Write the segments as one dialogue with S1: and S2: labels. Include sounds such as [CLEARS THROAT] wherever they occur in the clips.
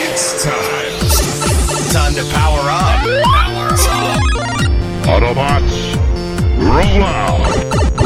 S1: It's time. Time to power up.
S2: Autobots, roll out!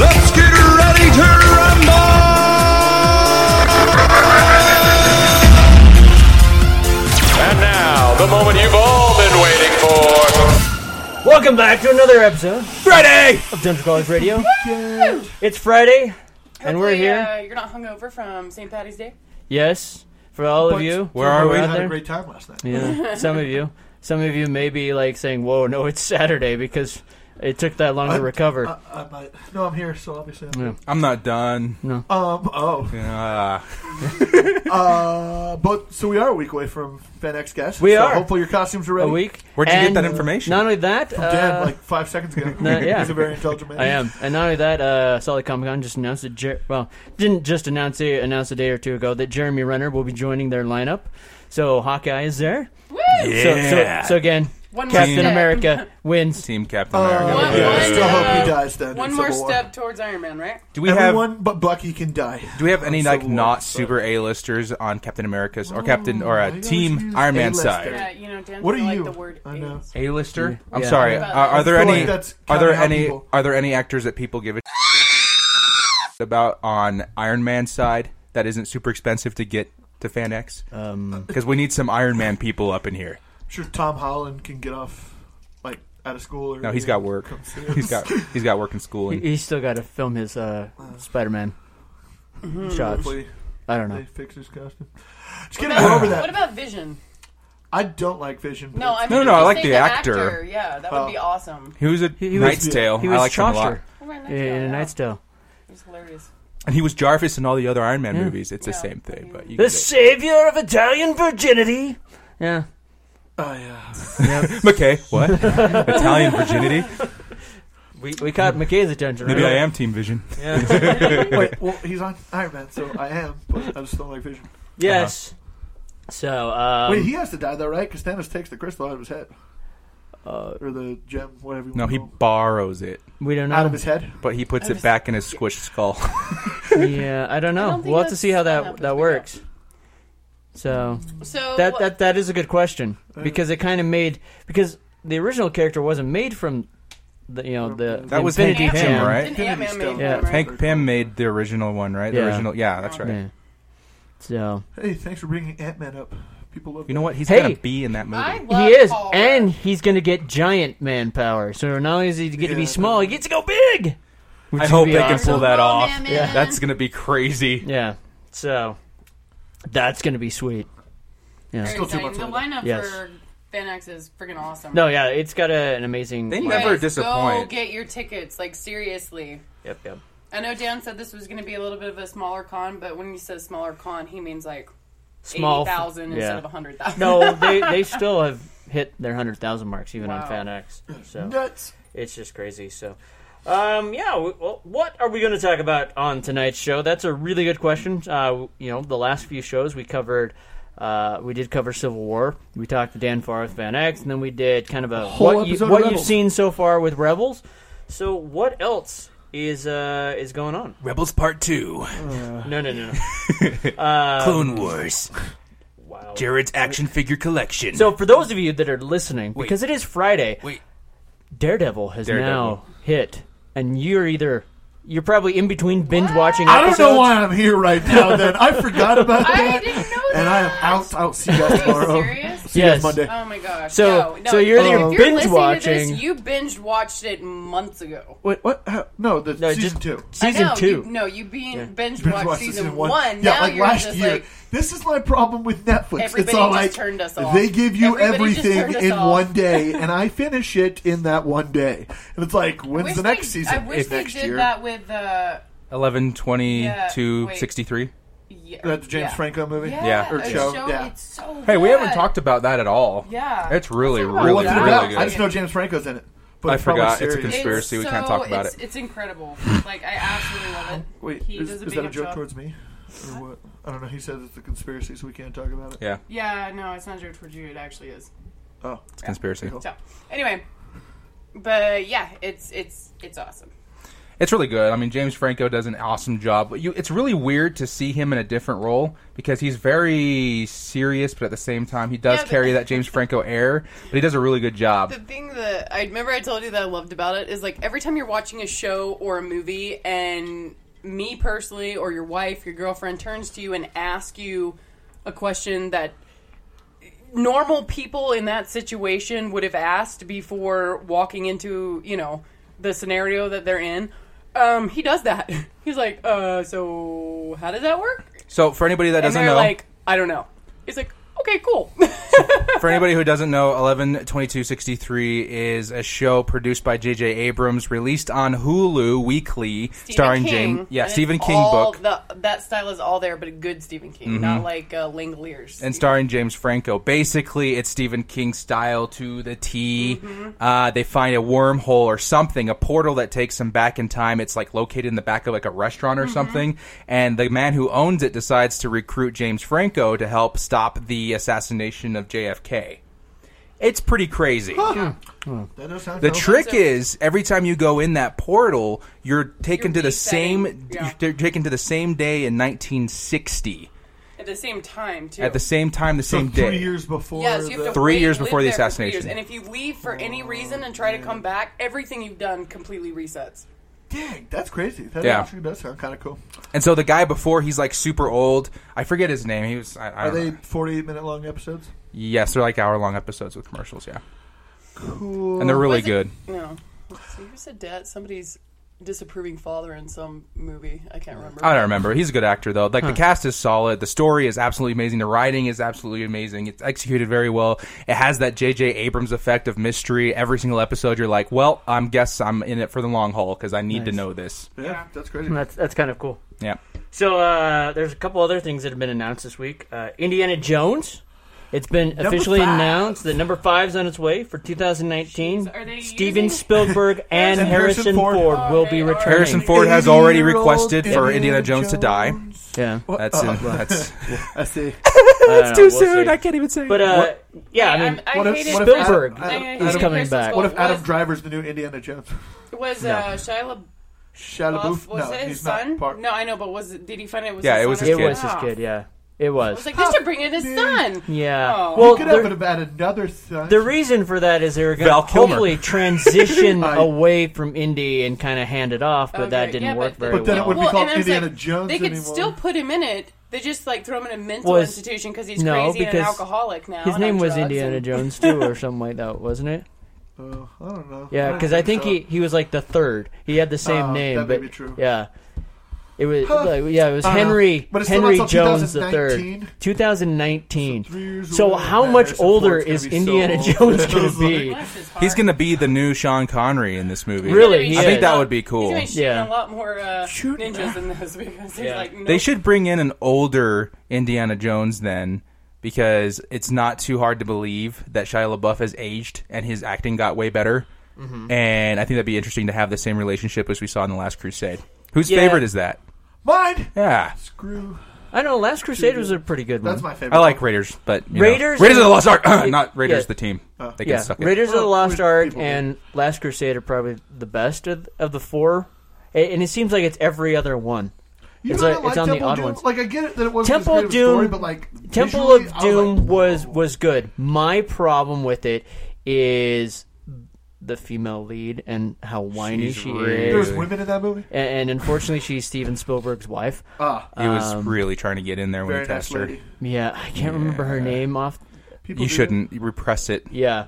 S1: Let's get ready to rumble!
S3: And now, the moment you've all been waiting for.
S4: Welcome back to another episode Friday of Dungeon Crawlers Radio. it's Friday, and we're
S5: Hopefully,
S4: here.
S5: Uh, you're not hungover from St. Patty's Day.
S4: Yes, for all of you,
S6: Where are we? Had a
S4: there?
S6: great time last
S5: [LAUGHS]
S6: night.
S4: yeah, some of you, some of you may be like saying, "Whoa, no, it's Saturday," because it took that long to recover.
S6: I, I might, no, I'm here, so obviously. I'm
S4: Yeah.
S1: I'm not done.
S6: Um. Oh.
S1: Ah.
S6: Uh. But so we are a week away from FanX Guest.
S4: We
S6: so
S4: are.
S6: Hopefully your costumes are
S4: a
S6: ready.
S4: week.
S1: Where'd you get
S4: And
S1: that information?
S4: Not only that, uh,
S6: Damn, like five seconds ago.
S4: no, yeah.
S6: He's a very intelligent man.
S4: I am, and not only that, uh, Solid Comic Con just announced that. Jer- well, didn't just announce it, announced a day or two ago that Jeremy Renner will be joining their lineup. So Hawkeye is there.
S1: yeah.
S4: So, so, so again,
S5: One more
S4: Captain
S5: step.
S4: America wins.
S1: Team Captain
S6: Uh,
S1: America.
S5: One-
S6: yeah,
S5: one,
S6: I still hope
S5: uh,
S6: he dies then.
S5: One
S6: in
S5: more
S6: Civil War.
S5: step towards Iron Man, right?
S1: Do we
S6: Everyone
S1: have
S6: but Bucky can die.
S1: do we have any
S6: on
S1: like
S6: Civil War,
S1: not
S6: so-
S1: super A-listers on Captain America's
S6: Oh,
S1: or Captain or
S6: why do
S1: a
S6: you
S1: Team
S6: always
S1: Iron Man
S6: use A-lister?
S1: side?
S5: Yeah, Uh, you know, Dan
S6: What
S5: doesn't
S6: are
S5: like
S6: you?
S5: the word
S6: I know.
S5: AIDS.
S1: A-lister? I'm
S4: Yeah.
S1: sorry. Uh, are there
S6: I feel
S1: any
S6: like that's
S1: are there
S6: kinda how
S1: any
S6: people-
S1: are there any actors that people give a about on Iron Man side that isn't super expensive to get to FanX? Because we need some Iron Man people up in here.
S6: I'm sure Tom Holland can get off, like out of school. Or
S1: No, he's got work. [LAUGHS] He's got he's got work in school.
S4: He-
S1: And,
S4: He's still got to film his uh, Spider-Man shots.
S6: Hopefully
S4: I don't
S6: they
S4: know.
S6: fix his costume. Just kidding. We're over
S5: What
S6: that.
S5: about Vision?
S6: I don't like Vision. but
S5: No,
S6: it's-
S5: I mean,
S1: No, no,
S5: if
S1: no,
S5: you
S1: I like
S5: say
S1: the actor.
S5: Yeah, that
S6: Oh.
S5: would be awesome.
S1: he was a
S4: he was-
S1: Knight's Tale.
S4: He was
S1: I liked him a lot.
S4: Chaucer
S5: Oh, right,
S4: in in a Knight's Tale.
S5: It's hilarious.
S1: And he was Jarvis in all the other Iron Man
S4: Yeah.
S1: movies. It's the
S5: Yeah.
S1: same thing, but you
S4: The
S1: get [LAUGHS] it.
S4: savior of Italian virginity. Yeah.
S6: Oh yeah.
S1: McKay, what? Italian virginity?
S4: We, we caught McKay's attention.
S1: Mm-hmm. Maybe I
S4: right?
S1: am Team Vision.
S6: [LAUGHS] Wait, well, he's on Iron Man, so I am, but I just don't like Vision.
S4: Yes. So, um,
S6: Wait, he has to die though, right? Because Thanos takes the crystal out of his head, or the gem, whatever. You
S1: No,
S6: want
S1: he
S6: to call
S1: borrows it,
S4: uh, we don't
S6: it.
S4: know.
S6: out of his head.
S1: but he puts it back in his squished skull.
S4: Yeah, I don't know.
S5: don't think
S4: we'll have to
S5: that's
S4: see how
S5: what
S4: that
S5: happens,
S4: that
S5: but
S4: works. So
S5: So
S4: that
S5: wha-
S4: that that is a good question
S1: Uh,
S4: because it kind of made because the original character wasn't made from the you know the
S1: That was
S4: Infinity
S1: Hank Pym,
S4: Gem.
S1: right?
S5: Didn't Ant-Man
S6: Infinity
S5: make
S6: Stone.
S4: Yeah.
S5: them, right?
S1: Hank Pym made the original one, right? The
S4: Yeah.
S1: original, yeah, that's right.
S4: Yeah. So
S6: Hey, thanks for bringing Ant Man up. People love
S1: You know what? He's
S4: Hey!
S1: gonna be in that movie.
S5: I love
S4: he is,
S5: Paul Rudd.
S4: and he's gonna get giant man power. So not only is he get to be
S6: Yeah.
S4: small, he gets to go big.
S1: I hope
S4: be
S1: they can
S4: awesome.
S1: pull that
S5: Oh,
S1: off.
S5: man, man,
S4: Yeah.
S5: man.
S1: That's gonna be crazy.
S4: Yeah. So that's gonna be sweet.
S5: Very
S6: Still too
S5: exciting.
S6: much
S5: The lineup
S4: Yes.
S5: for FanX is freaking awesome.
S4: No, yeah, it's got a, an amazing.
S1: They
S5: Guys,
S1: never disappoint.
S5: Go get your tickets, like seriously.
S4: Yep, yep.
S5: I know Dan said this was going to be a little bit of a smaller con, but when he says smaller con, he means like
S4: Small.
S5: eighty thousand
S4: yeah.
S5: instead of hundred thousand.
S4: no, they they still have hit their hundred thousand marks even
S5: Wow.
S4: on FanX. So
S6: nuts.
S4: it's just crazy. So, um, yeah. w- Well, what are we going to talk about on tonight's show? That's a really good question. Uh, you know, the last few shows we covered. Uh, we did cover Civil War. We talked to Dan Farr with Van X, and then we did kind of a
S6: whole
S4: what, you,
S6: episode of
S4: what you've
S6: Rebels.
S4: seen so far with Rebels. So, what else is uh, is going on?
S1: Rebels Part Two,
S4: No, no,
S6: [LAUGHS]
S4: no, no.
S1: Clone Wars,
S4: Wow.
S1: Jared's action figure collection.
S4: So, for those of you that are listening, because it is Friday,
S1: Wait.
S4: Daredevil has
S1: Daredevil.
S4: now hit, and you're either you're probably in between binge watching.
S6: I don't know why I'm here right now. Then I forgot
S5: [LAUGHS]
S6: about [LAUGHS]
S5: I
S6: that,
S5: didn't know
S6: and I am
S5: that.
S6: out. I'll see you guys
S5: Are you
S6: tomorrow.
S5: serious?
S6: See you
S4: Yes.
S6: guys Monday.
S5: Oh my gosh.
S4: So-
S5: no, no,
S4: so you're
S5: if
S4: either
S5: you're
S4: binge
S5: listening To
S4: watching-
S5: this, you binge watched it months ago.
S6: Wait, what? How? No, the
S4: No,
S6: season
S4: just
S6: two.
S4: Season
S5: I know,
S4: two.
S5: You, no, you being binge
S6: Binge
S5: watched
S6: watched
S5: season, one. now
S6: Yeah, like
S5: you're
S6: last
S5: just
S6: year.
S5: like,
S6: this is my problem with Netflix. it's
S5: Everybody
S6: all
S5: just
S6: like
S5: turned us off.
S6: they give you
S5: Everybody just
S6: everything
S5: turned us
S6: in
S5: off.
S6: one day, and I finish it in that one day. And it's like, when's
S5: wish
S6: the next
S5: they,
S6: season?
S5: I wish
S6: It's
S5: they
S6: next
S5: did
S6: year.
S5: that with uh,
S1: 11, 22,
S5: Yeah, wait.
S1: 63.
S5: yeah,
S6: That James
S5: yeah.
S6: Franco movie.
S5: Yeah,
S1: Yeah.
S6: Or
S5: a
S6: show, yeah.
S5: It's so
S1: Hey, we haven't
S5: good.
S1: talked about that at all.
S5: Yeah.
S1: It's really,
S5: Let's talk about that.
S6: Well,
S1: really,
S6: what's it about?
S1: really
S6: I
S1: good.
S6: just know James Franco's in it. But
S1: I
S6: it's probably
S1: forgot. It's a
S6: serious.
S1: conspiracy. we can't talk about
S5: it's,
S1: it.
S5: It's
S1: [LAUGHS]
S5: incredible. Like I absolutely love it.
S6: Wait,
S5: he
S6: is,
S5: does a
S6: is
S5: big
S6: that a
S5: enough
S6: joke
S5: job.
S6: towards me? Or what? I don't know. He says it's a conspiracy, so we can't talk about it.
S1: Yeah,
S5: Yeah, no, it's not a joke towards you. It actually is.
S6: Oh,
S1: it's conspiracy.
S5: So anyway, but yeah, it's it's it's awesome.
S1: It's really good. I mean, James Franco does an awesome job. But you, it's really weird to see him in a different role because he's very serious, but at the same time, he does
S5: Yeah, but- [LAUGHS]
S1: carry that James Franco air. But he does a really good job.
S5: The thing that I remember I told you that I loved about it is like every time you're watching a show or a movie and me personally or your wife, your girlfriend turns to you and asks you a question that normal people in that situation would have asked before walking into, you know, the scenario that they're in. Um, he does that. [LAUGHS] He's like, uh, so how does that work?
S1: So for anybody that
S5: And
S1: doesn't
S5: they're
S1: know,
S5: like, I don't know. He's like, okay, cool. [LAUGHS]
S1: for anybody who doesn't know, 11 22 63 is a show produced by J.J. Abrams, released on Hulu weekly, starring
S5: King.
S1: James. Yeah,
S5: And
S1: Stephen
S5: it's
S1: King
S5: all
S1: book. Mm-hmm.
S5: the- that style is all there, but a good Stephen King, not like uh, Langoliers.
S1: and starring James Franco. Basically, it's Stephen King style to the T.
S5: Mm-hmm.
S1: Uh, they find a wormhole or something, a portal that takes them back in time. It's like located in the back of like a restaurant
S5: Mm-hmm.
S1: or something. And the man who owns it decides to recruit James Franco to help stop the assassination of JFK. It's pretty crazy.
S6: that does sound
S1: The
S6: cool.
S1: trick is every time you go in that portal, you're taken
S5: You're
S1: to the
S5: resetting.
S1: same
S5: Yeah.
S1: you're taken to the same day in 1960
S5: at the same time, too.
S1: at the same time the
S6: So
S1: same
S6: three
S1: day.
S6: years before.
S5: yeah, so you have to
S6: the-
S1: Three
S5: wait,
S1: years
S5: live
S1: before the
S5: there for three
S1: assassination.
S5: years. And if you leave for any reason and try to come back, everything you've done completely resets.
S6: Dang, that's crazy. That
S1: Yeah.
S6: actually does sound kind of cool.
S1: And so the guy before, he's like super old. I forget his name. He was. I, I
S6: Are
S1: don't
S6: they
S1: know.
S6: 48 minute long episodes?
S1: Yes, they're like hour long episodes with commercials. Yeah,
S6: Cool.
S1: and they're really
S5: Was it-
S1: good.
S5: No. So here's a dad, somebody's disapproving father in some movie. I can't remember.
S1: I don't remember. He's a good actor though. Like the cast is solid. The story is absolutely amazing. The writing is absolutely amazing. It's executed very well. It has that J.J. Abrams effect of mystery. Every single episode, you're like, well, I'm guess I'm in it for the long haul because I need to know this.
S6: yeah, that's crazy.
S4: That's that's kind of cool.
S1: Yeah.
S4: So uh, there's a couple other things that have been announced this week. Uh, Indiana Jones. It's been officially
S6: five.
S4: announced that number five's on its way for 2019.
S5: Jeez, are they using-
S4: Steven
S5: Oh,
S4: Spielberg and
S6: [LAUGHS] And
S4: Harrison,
S6: Harrison
S4: Ford,
S6: Ford.
S4: will be
S5: Okay, alright.
S4: returning.
S1: Harrison Ford has already
S6: 80-year-old
S1: requested for Indiana Jones to die.
S4: Yeah,
S1: That's that's.
S6: I see.
S4: it's
S1: Too soon. I can't even say.
S4: But uh, yeah, I mean,
S5: I,
S6: what if-
S5: hated
S6: what if
S4: Spielberg
S6: Adam- Adam-
S4: is
S6: Adam-
S4: coming
S5: Harrison's
S4: back.
S6: What if Adam
S5: Was-
S6: Driver's the new Indiana Jones?
S5: was uh, Shia
S6: Shia
S5: LaBeouf,
S6: LaBeouf?
S5: was
S6: No,
S5: it his
S6: he's not
S5: son?
S6: part-
S5: No, I know, but was it, did he find it was
S1: Yeah,
S5: his
S1: it was
S5: son
S1: his
S4: It
S5: or
S1: kid.
S4: was his
S5: Ah.
S4: kid. Yeah, it
S5: I was
S4: was.
S5: like, they should bring in
S6: Oh,
S5: his son.
S4: Yeah.
S5: Oh.
S4: Well,
S6: He could
S4: they're-
S6: have had another son.
S4: The reason for that is they were going to
S1: Val
S6: [LAUGHS]
S1: Kilmer.
S4: hopefully transition
S6: I-
S4: away from Indy and kind of hand it off, but that
S5: Okay,
S4: didn't
S5: yeah,
S4: work
S5: but-
S4: very
S6: But then it
S4: well.
S6: would be called
S5: and I was
S6: Indiana Jones
S5: They could
S6: anymore.
S5: still put him in it. They just like throw him in a mental
S4: Was-
S5: institution because he's
S4: no,
S5: crazy and an
S4: because
S5: alcoholic now.
S4: His
S5: and
S4: name
S5: on
S4: was
S5: drugs
S4: Indiana
S5: and- [LAUGHS]
S4: Jones too, or something like that, wasn't it?
S6: Oh, I don't know.
S4: Yeah,
S6: don't
S4: because I think
S6: so.
S4: he, he was like the third. He had the same
S6: Oh,
S4: name,
S6: that may
S4: but
S6: be true.
S4: yeah, it was
S6: Huh.
S4: like, yeah, it was
S6: [SIGHS] I don't know.
S4: Henry
S6: But it's still not
S4: Henry
S6: till
S4: Jones the third,
S6: 2019?
S4: 2019.
S6: So three years
S4: So
S6: away,
S4: how
S6: man,
S4: much
S6: Harrison
S4: older
S6: Ford's gonna
S4: is
S6: be so
S4: Indiana
S6: old. [LAUGHS]
S4: Jones
S6: It's
S4: going to
S6: like-
S4: be?
S5: Bless his heart.
S1: he's gonna be the new Sean Connery in this movie.
S4: Really, he
S1: I
S4: is.
S1: think that would be
S5: He's
S1: cool.
S5: gonna be shooting
S4: Yeah.
S5: a lot more uh, ninjas in this [LAUGHS] because he's like, no.
S1: They should bring in an older Indiana Jones then, because it's not too hard to believe that Shia LaBeouf has aged and his acting got way better. And I think that'd be interesting to have the same relationship as we saw in the Last Crusade. Whose
S4: Yeah.
S1: favorite is that?
S6: Mine!
S1: Yeah,
S6: Screw.
S4: I know Last Crusade was a pretty good one.
S6: That's my favorite.
S1: I like Raiders, but you know.
S4: Raiders-
S1: Raiders of the Lost Ark, [CLEARS THROAT] not Raiders
S4: Yeah.
S1: the team. They can
S4: Yeah,
S1: suck it.
S4: Raiders of the
S6: Well,
S4: Lost
S6: with
S4: Ark
S6: people do.
S4: and Last Crusade are probably the best of, of the four, A- and it seems like it's every other one.
S6: You
S4: It's
S6: know, I
S4: like-
S6: like
S4: it's on the
S6: Temple
S4: odd
S6: Doom.
S4: ones.
S6: Like, I get it that it wasn't
S4: Temple
S6: as great of a story,
S4: Doom-
S6: but like.
S4: Temple
S6: visually,
S4: of
S6: I was
S4: Doom
S6: like,
S4: was
S6: whoa.
S4: was good. My problem with it is the female lead and how whiny
S1: She's
S4: she
S1: really-
S4: is.
S6: There's women in that movie?
S4: A- And unfortunately, she's Steven Spielberg's wife.
S6: Ah,
S4: um,
S1: He was really trying to get in there when he
S6: very nice
S1: cast her.
S6: lady.
S4: Yeah, I can't remember her name off.
S6: People
S1: You
S6: do
S1: shouldn't repress it.
S4: Yeah.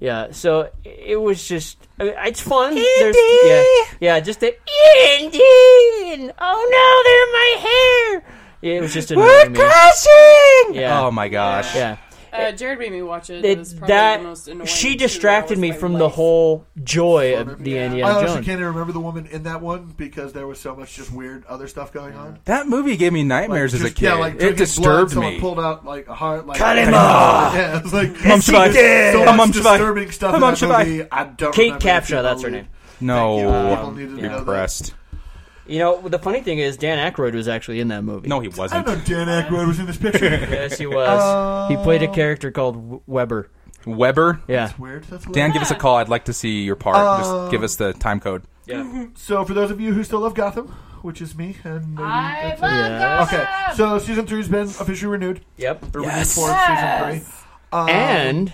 S4: Yeah, so it was just I mean, it's fun. There's, yeah, yeah, just the Indy. and, Oh no, they're in my hair. It was just annoying. me.
S1: crashing!
S4: Yeah.
S1: Oh my gosh.
S4: Yeah,
S5: Uh, Jared made me watch it. It was
S4: it,
S5: probably the most annoying.
S4: that she
S5: two
S4: distracted
S5: hours
S4: me
S5: of my
S4: from the
S5: life.
S4: whole joy of the
S6: that. I
S4: Indiana
S6: honestly
S4: Jones.
S6: Oh, can't even remember the woman in that one because there was so much just weird other stuff going on.
S1: That movie gave me
S6: Like,
S1: nightmares as a
S6: just-
S1: kid.
S6: Yeah, like
S1: it
S6: drinking
S1: disturbed
S6: blood,
S1: me.
S6: Someone pulled out like a heart. Like,
S4: Cut him off!
S6: Yeah, [LAUGHS] it was like
S1: Mum Shabbat.
S6: there's so
S1: Yeah.
S6: much
S1: Mum Shabbat.
S6: disturbing stuff in
S1: Mum
S6: that
S1: Shabbat.
S6: movie. I don't.
S4: Kate
S6: remember the
S4: Capshaw,
S6: female
S4: that's her
S6: lead.
S4: name. Oh,
S1: no.
S6: Thank you. People needed to know that.
S1: Repressed.
S4: You know, the funny thing is Dan Aykroyd was actually in that movie.
S1: No, he
S6: I
S1: wasn't.
S6: don't know Dan Aykroyd was in this
S1: [LAUGHS]
S6: picture.
S4: yes, he was.
S6: Uh,
S4: he played a character called W- Weber.
S1: Weber?
S4: Yeah,
S6: Weird. That's
S1: Dan,
S6: weird.
S1: give us a call. I'd like to see your part.
S6: Uh,
S1: Just give us the time code.
S4: yeah.
S6: So for those of you who still love Gotham, which is me, and maybe
S5: I
S6: that's it.
S5: love
S4: Yeah.
S5: Gotham.
S6: okay, so season three's been officially renewed.
S4: Yep.
S6: Or
S1: Yes.
S6: renewed for
S5: Yes.
S6: season three. Um,
S4: And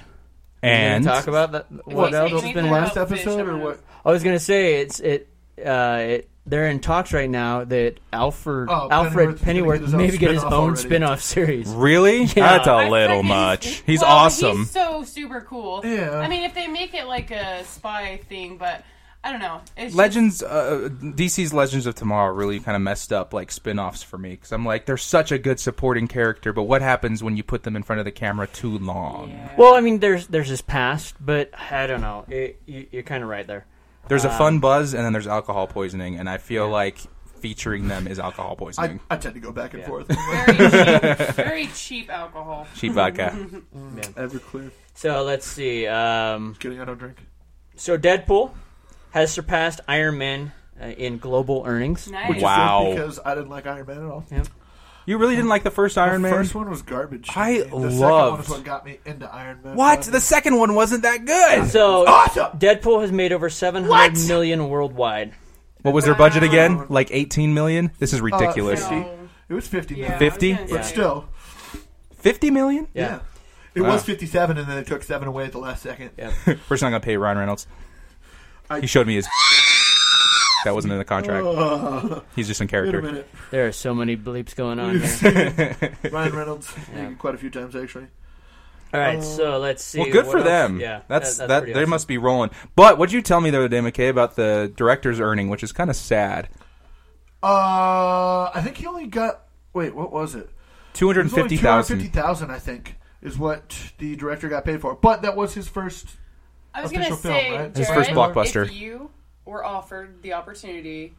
S1: And
S4: talk about that. What
S5: Wait,
S4: else?
S5: wait,
S6: It's
S5: wait.
S6: been
S5: Anything
S6: last
S5: about fish,
S6: episode
S5: I
S6: or
S5: don't
S6: what?
S4: I was gonna say it's it. Uh, it they're in talks right now that Alfred
S6: Oh,
S4: Alfred
S6: Pennyworth's
S4: Pennyworth
S6: gonna get his own
S4: maybe get his
S6: spin-off
S4: own
S6: already.
S4: spin-off series.
S1: really? That's a
S5: I
S1: little
S5: freaking-
S1: much. He's
S5: well,
S1: awesome.
S5: He's so super cool.
S6: Yeah.
S5: I mean, if they make it like a spy thing, but I don't know. It's
S1: Legends, uh, DC's Legends of Tomorrow really kind of messed up like spin-offs for me because I'm like, they're such a good supporting character, but what happens when you put them in front of the camera too long?
S4: Well, I mean, there's there's his past, but I don't know. It, you, you're kind of right there.
S1: There's a fun buzz, and then there's alcohol poisoning, and I feel like featuring them is alcohol
S6: I, [LAUGHS]
S1: poisoning.
S6: I tend to go back and
S1: [LAUGHS]
S6: forth.
S5: Just very cheap, very cheap alcohol.
S1: Cheap vodka.
S6: Everclear,
S4: So let's see. Um,
S6: kidding. I don't drink.
S4: so Deadpool has surpassed Iron Man uh, in global earnings.
S5: Nice.
S6: Which is good
S1: Wow.
S6: because I didn't like Iron Man at all.
S1: You really didn't like the first Iron
S6: the
S1: Man?
S6: first one was garbage.
S1: I
S6: the second one
S1: loved-
S6: is what got me into Iron Man.
S1: What? The second one wasn't that good.
S4: So
S6: [LAUGHS] Awesome!
S4: Deadpool has made over seven hundred million worldwide.
S1: What was their budget again? Like 18 million? This
S4: Oh,
S1: is
S6: Uh,
S1: ridiculous.
S6: 50. It was fifty
S5: Yeah, I
S6: million,
S5: was
S1: 50?
S5: gonna
S6: but
S5: say.
S6: still,
S1: 50 million?
S6: yeah.
S4: Yeah.
S6: It was fifty-seven, and then they took seven away at the last second.
S4: Yeah.
S1: We're just not gonna pay Ryan Reynolds.
S6: I-
S1: he showed me his. [LAUGHS] that wasn't in
S6: [LAUGHS]
S1: the contract. He's just in
S6: Wait a
S1: character.
S6: minute,
S4: There are so many bleeps going on here.
S6: [LAUGHS] Ryan Reynolds quite a few times actually.
S4: All right,
S6: Oh.
S4: so let's see.
S1: [LAUGHS] Well, good
S4: what
S1: for
S4: else-
S1: them.
S4: Yeah,
S1: that's
S4: that-
S1: that.
S4: pretty
S1: they
S4: awesome.
S1: must be rolling. But what'd you tell me the other day, McKay, about the director's earning, which is kind of sad.
S6: Uh, I think he only got. Wait, what was it? It
S1: Two hundred
S6: was only
S1: fifty thousand.
S6: 250,000, I think, is what the director got paid for. But that was his first.
S5: I was
S6: Official
S5: gonna
S6: film,
S5: say,
S6: right?
S5: Jared,
S6: His
S1: first blockbuster.
S5: If you were offered the opportunity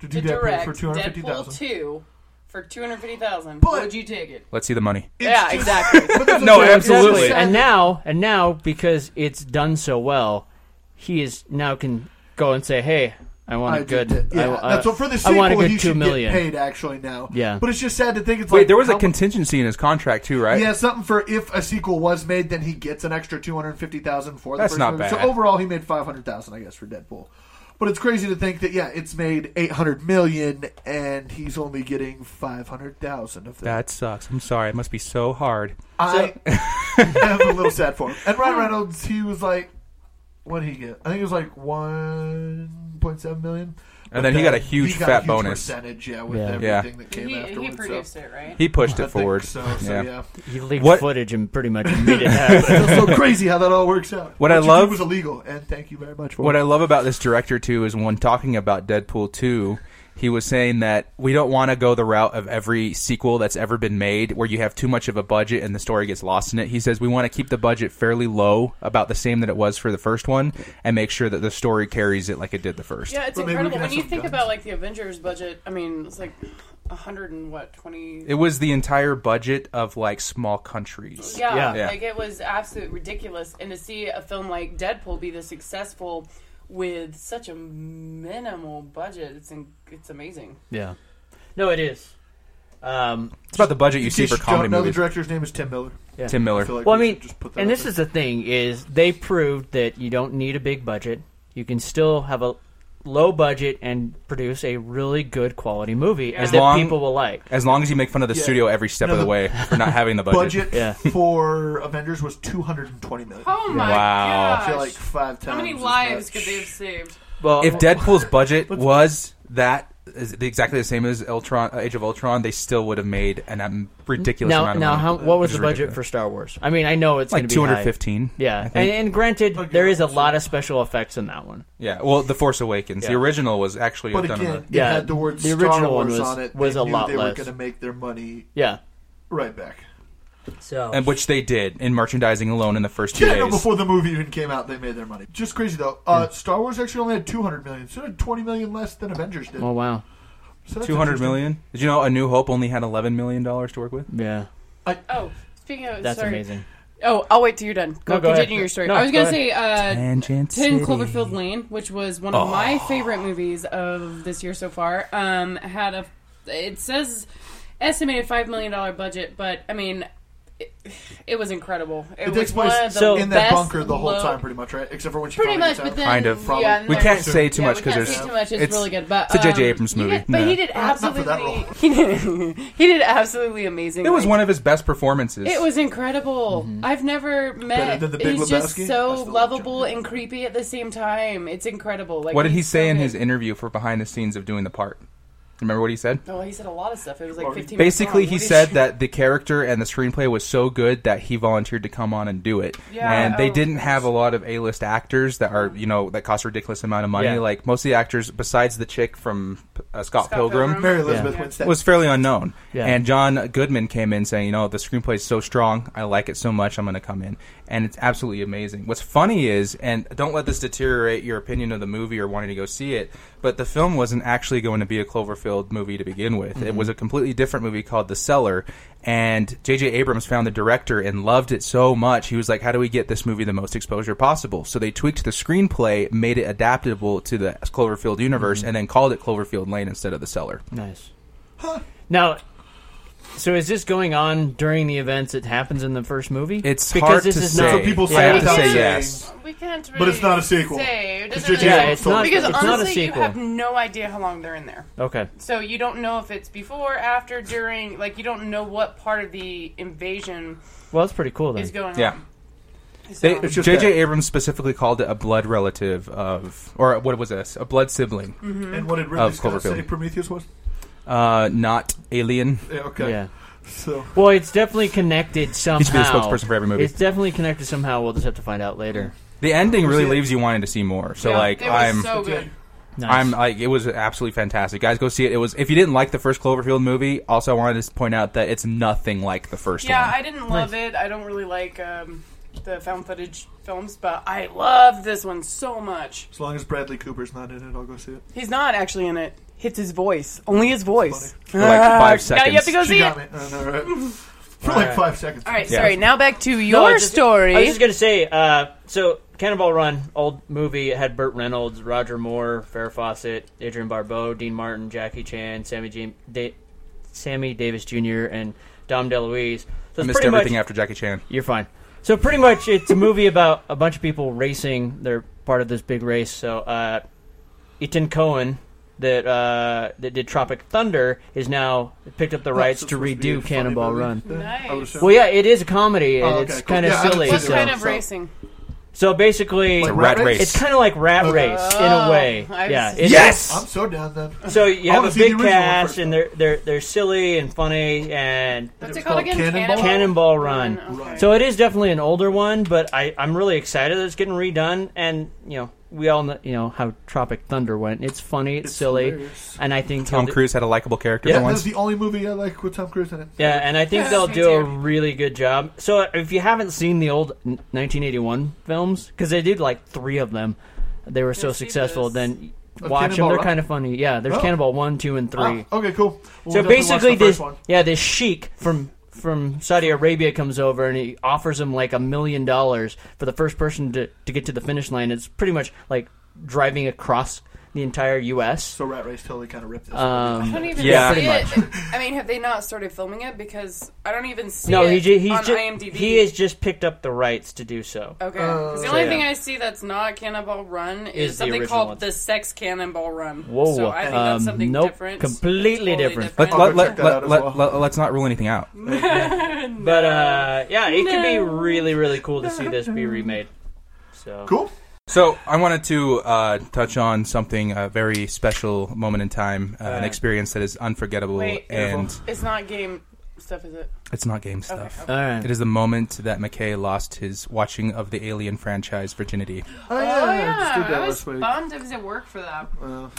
S6: To do
S5: to
S6: Deadpool
S5: direct
S6: for
S5: Deadpool
S6: 250,000.
S5: two for two hundred fifty thousand,
S6: But-
S5: would you take it?
S1: Let's see the money.
S5: yeah, exactly.
S6: [LAUGHS] But that's
S1: No,
S6: what I'm saying.
S1: absolutely.
S6: It's
S4: And
S6: sad
S4: now, and now, because it's done so well, he is now can go and say, "Hey, I want
S6: that
S4: a
S6: I
S4: good.
S6: did that.
S4: I,
S6: Yeah,
S1: uh,
S4: I-
S6: that's what for the
S4: I
S6: sequel.
S4: want a
S6: he
S4: good
S6: should
S4: two million.
S6: get paid actually now.
S4: Yeah.
S6: but it's just sad to think it's
S1: Wait,
S6: like
S1: there was a
S6: how-
S1: contingency in his contract too, right?
S6: Yeah, something for if a sequel was made, then he gets an extra two hundred fifty thousand for the
S1: That's
S6: first
S1: not
S6: movie. So
S1: bad.
S6: overall, he made five hundred thousand, I guess, for Deadpool. But it's crazy to think that yeah, it's made eight hundred million, and he's only getting five hundred thousand of that.
S1: That sucks. I'm sorry. It must be so hard.
S6: I [LAUGHS] am a little sad for him. And Ryan Reynolds, he was like, what did he get? I think it was like one point seven million. But
S1: then he got a huge
S6: he got
S1: fat
S6: huge
S1: bonus.
S6: percentage, yeah, with
S4: Yeah.
S6: everything that came
S5: he,
S6: afterwards.
S5: he produced
S6: so.
S5: it, right?
S1: He pushed
S6: I
S1: it
S6: think
S1: forward.
S6: So, so yeah.
S1: Yeah.
S4: He leaked
S1: What-
S4: footage and pretty much made it
S6: [LAUGHS]
S4: happen.
S6: It's
S1: [LAUGHS]
S6: so crazy how that all works out.
S1: What I
S6: you did
S1: love-
S6: was illegal, and thank you very much for
S1: What
S6: it.
S1: I love about this director too is when talking about Deadpool 2, he was saying that we don't want to go the route of every sequel that's ever been made where you have too much of a budget and the story gets lost in it. He says we want to keep the budget fairly low, about the same that it was for the first one, and make sure that the story carries it like it did the first.
S5: Yeah, it's
S6: Well, maybe we
S5: incredible
S6: can
S5: when
S6: have
S5: you
S6: some
S5: think
S6: guns.
S5: about like the Avengers budget. I mean, it's like a hundred and what twenty.
S1: It was the entire budget of like small countries.
S5: Yeah,
S4: Yeah.
S1: Yeah.
S5: like it was absolute ridiculous. And to see a film like Deadpool be this successful with such a minimal budget, it's in, it's amazing.
S4: yeah, no, it is. Um,
S1: It's about the budget you
S6: In
S1: see
S6: case
S1: for
S6: you
S1: comedy
S6: don't know,
S1: movies.
S6: the director's name is Tim Miller.
S1: [LAUGHS] Tim Miller.
S6: I feel like
S4: well, I
S6: we
S4: mean,
S6: should just put that
S4: and
S6: out
S4: this
S6: there.
S4: is the thing: is they proved that you don't need a big budget. You can still have a low budget and produce a really good quality movie and
S5: As
S4: that
S1: long-
S4: people will like.
S1: As long as you make fun of the studio every step
S6: No,
S1: of the
S6: the-
S1: way for not having the budget.
S6: budget
S4: Yeah.
S6: [LAUGHS] for Avengers was two hundred and twenty million.
S5: Oh my
S1: Wow.
S6: I
S5: gosh!
S6: feel like five times.
S5: How many
S6: as
S5: lives
S6: much.
S5: could they have saved?
S4: Well,
S1: If Deadpool's budget was that is exactly the same as Ultron, uh, Age of Ultron, they still would have made an um, ridiculous
S4: Now,
S1: amount of
S4: now,
S1: money.
S4: how, what was
S1: Which
S4: the
S1: is
S4: budget
S1: ridiculous.
S4: for Star Wars? I mean, I know it's
S1: Like
S4: gonna be
S1: two hundred
S4: high.
S1: fifteen.
S4: Yeah,
S1: I
S4: and,
S1: think.
S4: and granted, there is a lot of special effects in that one.
S1: yeah. Well, The Force Awakens, the
S4: Yeah.
S1: original was actually
S6: But
S1: done.
S6: again,
S4: Yeah,
S6: it had the word
S4: the
S6: Star
S4: original one
S6: Wars
S4: was-
S6: on it.
S4: was
S6: they
S4: a
S6: knew
S4: lot
S6: they
S4: less.
S6: were going to make their money
S4: Yeah,
S6: right back.
S4: so
S1: and which they did in merchandising alone in the first two
S6: Yeah,
S1: days.
S6: no, before the movie even came out, they made their money. Just crazy though. Uh,
S1: Hmm.
S6: Star Wars actually only had 200 million, so it had 20 million less than Avengers did.
S4: oh wow,
S6: So that's
S1: Two hundred
S6: interesting.
S1: million. Did you know A New Hope only had eleven million dollars to work with?
S4: yeah,
S5: Oh, speaking of,
S4: that's
S5: sorry.
S4: amazing.
S5: Oh, I'll wait till you're done. Go,
S4: No, go
S5: continue
S4: ahead.
S5: your story.
S4: No,
S5: I was
S4: go
S5: gonna say uh, Ten
S1: Tangent City.
S5: Cloverfield Lane, which was one of my
S6: Oh.
S5: favorite movies of this year so far, um, had a. It says estimated five million dollar budget, but I mean, it, it was incredible. It,
S6: It
S5: was
S6: takes
S5: one
S6: place
S5: of the
S4: so-
S6: in that
S5: best
S6: bunker the whole
S5: low-
S6: time, pretty much, right? Except for when she
S5: Pretty
S6: finally
S5: much,
S6: gets
S5: but
S6: out.
S5: then
S1: Kind of.
S5: yeah, and
S1: We
S5: then-
S1: can't say too
S5: yeah,
S1: much
S5: we
S1: because
S5: can't
S1: there's
S5: say too much. It's,
S1: it's-
S5: really good, but
S1: it's a J.J.
S5: um,
S1: Abrams
S5: he
S1: movie.
S5: did- but he
S1: Yeah.
S5: did
S6: Not for that
S5: absolutely he did, he did absolutely amazing.
S1: It was
S5: Like,
S1: one of his best performances.
S5: It was incredible.
S1: Mm-hmm.
S5: I've never met.
S6: than The Big
S5: he's just
S6: Lebowski? I
S5: so
S6: still love
S5: lovable
S6: John.
S5: and creepy at the same time. It's incredible. Like
S1: What did he
S5: he's
S1: say
S5: so
S1: in
S5: good.
S1: his interview for behind the scenes of doing the part? Remember what he said?
S5: Oh, he said a lot of stuff. It was like fifteen. minutes
S1: Basically,
S5: long.
S1: he
S5: What did
S1: said that the character and the screenplay was so good that he volunteered to come on and do it.
S5: Yeah,
S1: and they
S5: oh.
S1: didn't have a lot of A-list actors that are, you know, that cost a ridiculous amount of money.
S4: Yeah.
S1: Like most of the actors, besides the chick from uh, Scott,
S5: Scott
S1: Pilgrim,
S5: Pilgrim.
S6: Mary Elizabeth
S5: Yeah.
S6: Winstead.
S1: was fairly unknown.
S4: Yeah.
S1: And John Goodman came in saying, you know, the screenplay is so strong. I like it so much. I'm going to come in. And it's absolutely amazing. What's funny is, and don't let this deteriorate your opinion of the movie or wanting to go see it, but the film wasn't actually going to be a Cloverfield movie to begin with. It was a completely different movie called The Cellar. And J.J. Abrams found the director and loved it so much. He was like, how do we get this movie the most exposure possible? So they tweaked the screenplay, made it adaptable to the Cloverfield universe, and then called it Cloverfield Lane instead of The Cellar.
S4: Nice. Now, so is this going on during the events that happens in the first movie?
S1: It's
S4: because
S1: hard
S4: this
S1: to
S4: is
S1: say.
S4: not.
S6: So people
S4: Yeah.
S6: say
S1: I have to
S6: without
S1: say
S6: saying,
S1: yes.
S5: [LAUGHS] We can't. Really
S6: But it's not a sequel.
S5: Say. It
S6: It's
S5: doesn't
S6: your
S5: really-
S6: Yeah, it's not-
S5: because
S4: it's not a
S5: honestly,
S4: sequel.
S5: you have no idea how long they're in there,
S4: Okay.
S5: so you don't know if it's before, after, during. Like you don't know what part of the invasion
S4: Well, that's pretty cool then.
S5: is going
S1: Yeah.
S5: on. So,
S1: They, J.J. Abrams specifically called it a blood relative of, or what was this? A blood sibling,
S6: And what did Ridley
S1: Of
S6: Scott
S1: Cloverfield.
S6: say Prometheus was?
S1: uh, not alien.
S6: Yeah, okay.
S4: Yeah.
S6: So
S4: Well, it's definitely connected somehow.
S1: should be the spokesperson for every movie.
S4: It's definitely connected somehow. We'll just have to find out later.
S1: The ending really
S6: it?
S1: leaves you wanting to see more. So
S5: yeah,
S1: like,
S5: it was
S1: I'm, [LAUGHS]
S5: so good.
S4: Nice.
S1: I'm like, it was absolutely fantastic. Guys, go see it. It was. If you didn't like the first Cloverfield movie, also I wanted to point out that it's nothing like the first
S5: Yeah,
S1: one.
S5: I didn't love it. I don't really like um, the found footage films, but I love this one so much.
S6: as long as Bradley Cooper's not in it, I'll go see it.
S5: He's not actually in it. Hits his voice. Only his voice.
S1: For like
S5: [LAUGHS]
S1: five
S5: Now
S1: seconds.
S5: Uh, you have to go
S6: She
S5: see it.
S6: got me. I
S5: [LAUGHS]
S6: know, right? For like five seconds.
S5: All right,
S1: Yeah.
S5: sorry. Now back to
S4: No,
S5: your
S4: I just-
S5: story.
S4: I was just gonna say. Uh, so Cannonball Run, old movie, it had Burt Reynolds, Roger Moore, Farrah Fawcett, Adrian Barbeau, Dean Martin, Jackie Chan, Sammy Jam- da- Sammy Davis Jr., and Dom DeLuise. So
S1: I
S4: it's
S1: missed
S4: pretty
S1: everything
S4: much,
S1: after Jackie Chan.
S4: You're fine. So pretty much, it's a movie about a bunch of people racing. They're part of this big race. So uh, Ethan Cohen, that uh, that did Tropic Thunder, is now picked up the rights
S6: Oh, So
S4: to
S6: it's supposed be
S4: redo
S6: a funny
S4: Cannonball
S6: movie.
S4: Run.
S6: Yeah,
S5: Nice.
S6: I would assume.
S4: Well, yeah, it is a comedy, and
S6: Oh, okay,
S4: it's
S6: cool.
S4: kind of
S6: Yeah, I haven't
S4: silly.
S6: seen
S5: what
S6: it.
S4: so.
S5: kind of
S6: So-
S5: racing?
S4: So basically,
S6: Like
S1: Rat Race.
S4: it's kind of like Rat Race in a way.
S5: I've
S4: yeah.
S5: seen
S4: it's-
S6: I'm so down then.
S4: So you
S6: I
S4: have
S6: wanna
S4: a
S6: see the
S4: big
S6: original one first,
S4: cast,
S6: though.
S4: and they're they're they're silly and funny, and
S5: What's it
S6: It was
S5: called
S6: called
S5: again?
S6: Cannonball?
S4: Cannonball Run.
S5: Okay.
S4: So it is definitely an older one, but I I'm really excited that it's getting redone, and you know we all know, you know how Tropic Thunder went. It's funny, it's, silly,
S6: hilarious.
S4: and I think
S1: Tom
S4: they'll do-
S1: Cruise had a likable character
S4: Yeah,
S1: for
S6: That was
S1: once.
S6: the only movie I like with Tom Cruise in it.
S4: Yeah, and
S5: [LAUGHS]
S4: I think
S5: Yes,
S4: they'll
S5: me
S4: do a
S5: too.
S4: really good job. So uh, if you haven't seen the old n- 1981 films, because they did like three of them, they were so
S5: Yes, see
S4: successful.
S5: this.
S4: Then
S6: Oh,
S4: watch them;
S6: Cannonball
S4: they're
S6: Run?
S4: kind of funny. Yeah, there's
S6: Oh.
S4: Cannonball one, two, and three.
S6: Ah, okay, cool. Well,
S4: so
S6: we'll definitely watch
S4: basically,
S6: the
S4: this
S6: first one.
S4: yeah, this sheik from from Saudi Arabia comes over and he offers him like a million dollars for the first person to to get to the finish line. It's pretty much like driving across the entire U.S.
S6: So Rat Race totally kind of ripped this.
S5: I
S4: Um,
S5: don't even
S1: Yeah,
S5: see
S1: pretty
S5: it. I mean, have they not started filming it? Because I don't even see
S4: no,
S5: it
S4: he ju- he's
S5: on
S4: ju-
S5: IMDb.
S4: he has just picked up the rights to do so.
S6: Uh,
S5: Okay. 'Cause the
S4: So,
S5: only
S4: yeah.
S5: thing I see that's not Cannonball Run is,
S4: Is the
S5: something
S4: original
S5: called
S4: one.
S5: the Sex Cannonball Run.
S4: Whoa,
S5: So I think
S4: um,
S5: that's something
S4: nope,
S5: different. Totally
S4: completely different.
S1: Let,
S6: I'll
S1: let,
S6: go check
S1: let,
S6: that out
S1: let,
S6: as well.
S1: let- let's not rule anything out.
S4: But uh, yeah, it could be really, really cool to see this be remade. So
S6: cool.
S1: So I wanted to uh, touch on something a very special moment in time, uh, an experience that is unforgettable,
S5: Wait.
S1: and
S5: It's not game stuff, is it?
S1: it's not game stuff.
S4: All right.
S1: It is the moment that McKay lost his watching of the Alien franchise virginity.
S5: [GASPS]
S6: Oh, yeah,
S5: Oh,
S6: I just
S5: yeah.
S6: did that
S5: I was
S6: last week.
S5: bummed it was at work for that.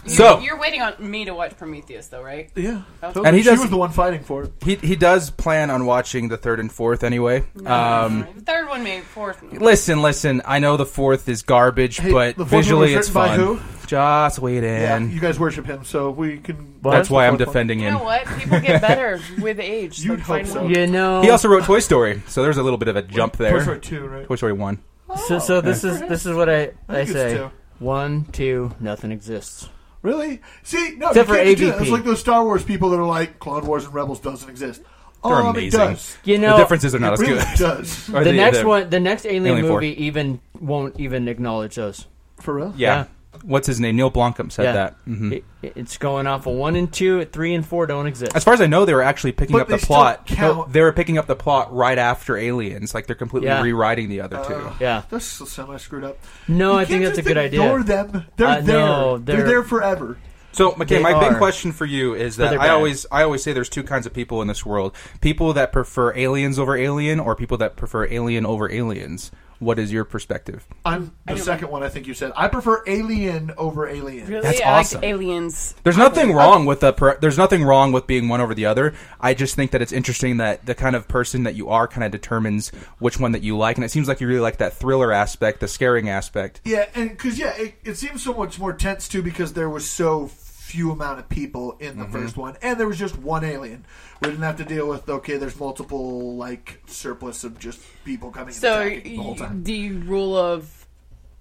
S1: So
S5: You're waiting on me to watch Prometheus, though,
S6: [LAUGHS]
S5: right?
S6: Yeah, totally.
S1: And he
S6: she
S1: does-
S6: was the one fighting for it.
S1: he he does plan on watching the third and fourth anyway. Um,
S5: The third one, maybe fourth.
S1: listen, listen. I know the fourth is garbage,
S6: Hey,
S1: but
S6: the fourth one
S1: visually
S6: was
S1: it's
S6: written by
S1: fun. Joss Whedon.
S6: Yeah, you guys worship him, so we can.
S1: That's why I'm
S6: the fourth one.
S1: defending
S5: You
S1: him.
S5: know what? People get
S6: [LAUGHS]
S5: better with age. So
S6: You'd hope
S5: find
S6: so.
S5: one.
S4: You know.
S1: He also wrote Toy Story, so there's a little bit of a jump there.
S6: Toy Story two, right?
S1: Toy Story one.
S4: So, so this is this is what I, I,
S6: think it's
S4: say.
S6: two.
S4: One, two, nothing exists.
S6: Really? See, no,
S4: Except
S6: you
S4: for
S6: can't do that.
S4: AVP.
S6: It's like those Star Wars people that are like Clone Wars and Rebels doesn't exist.
S1: They're
S6: Um,
S1: amazing.
S6: It does.
S4: You know,
S1: the differences are not
S6: It
S1: as
S6: really
S4: [LAUGHS]
S1: good.
S6: does.
S1: Or
S4: the next
S1: the-
S4: one, the next Alien,
S1: Alien four.
S4: movie, even won't even acknowledge those.
S6: For real?
S1: Yeah.
S4: Yeah.
S1: What's his name? Neil Blomkamp said
S4: Yeah.
S1: that. hmm
S4: It, it's going off of one and two. At three and four don't exist.
S1: As far as I know, they were actually picking
S6: But
S1: up the
S6: they still
S1: plot.
S6: count.
S1: They were picking up the plot right after Aliens. Like they're completely
S4: Yeah. Oh.
S1: rewriting the other two.
S4: yeah.
S6: That's so semi screwed up.
S4: No,
S6: You
S4: I think
S6: can't
S4: that's a
S6: just
S4: good idea.
S6: Ignore them. They're
S4: Uh,
S6: there.
S4: no,
S6: they're,
S4: they're-
S6: there forever.
S1: So, McKay,
S4: They
S1: my big
S4: are.
S1: question for you is that
S4: they're
S1: I
S4: bad.
S1: always, I always say there's two kinds of people in this world: people that prefer Aliens over Alien, or people that prefer Alien over Aliens. What is your perspective?
S6: I'm the second one. I think you said. I prefer Alien over Alien.
S5: Really?
S1: That's
S5: I liked
S1: awesome.
S5: aliens.
S1: There's nothing wrong with the. Per- there's nothing wrong with being one over the other. I just think that it's interesting that the kind of person that you are kind of determines which one that you like, and it seems like you really like that thriller aspect, the scaring aspect.
S6: Yeah, and because yeah, it, it seems so much more tense too because there was so few amount of people in the
S1: Mm-hmm.
S6: first one, and there was just one alien. We didn't have to deal with okay, there's multiple like surplus of just people coming
S5: So
S6: and attacking the whole
S5: y-
S6: time.
S5: the rule of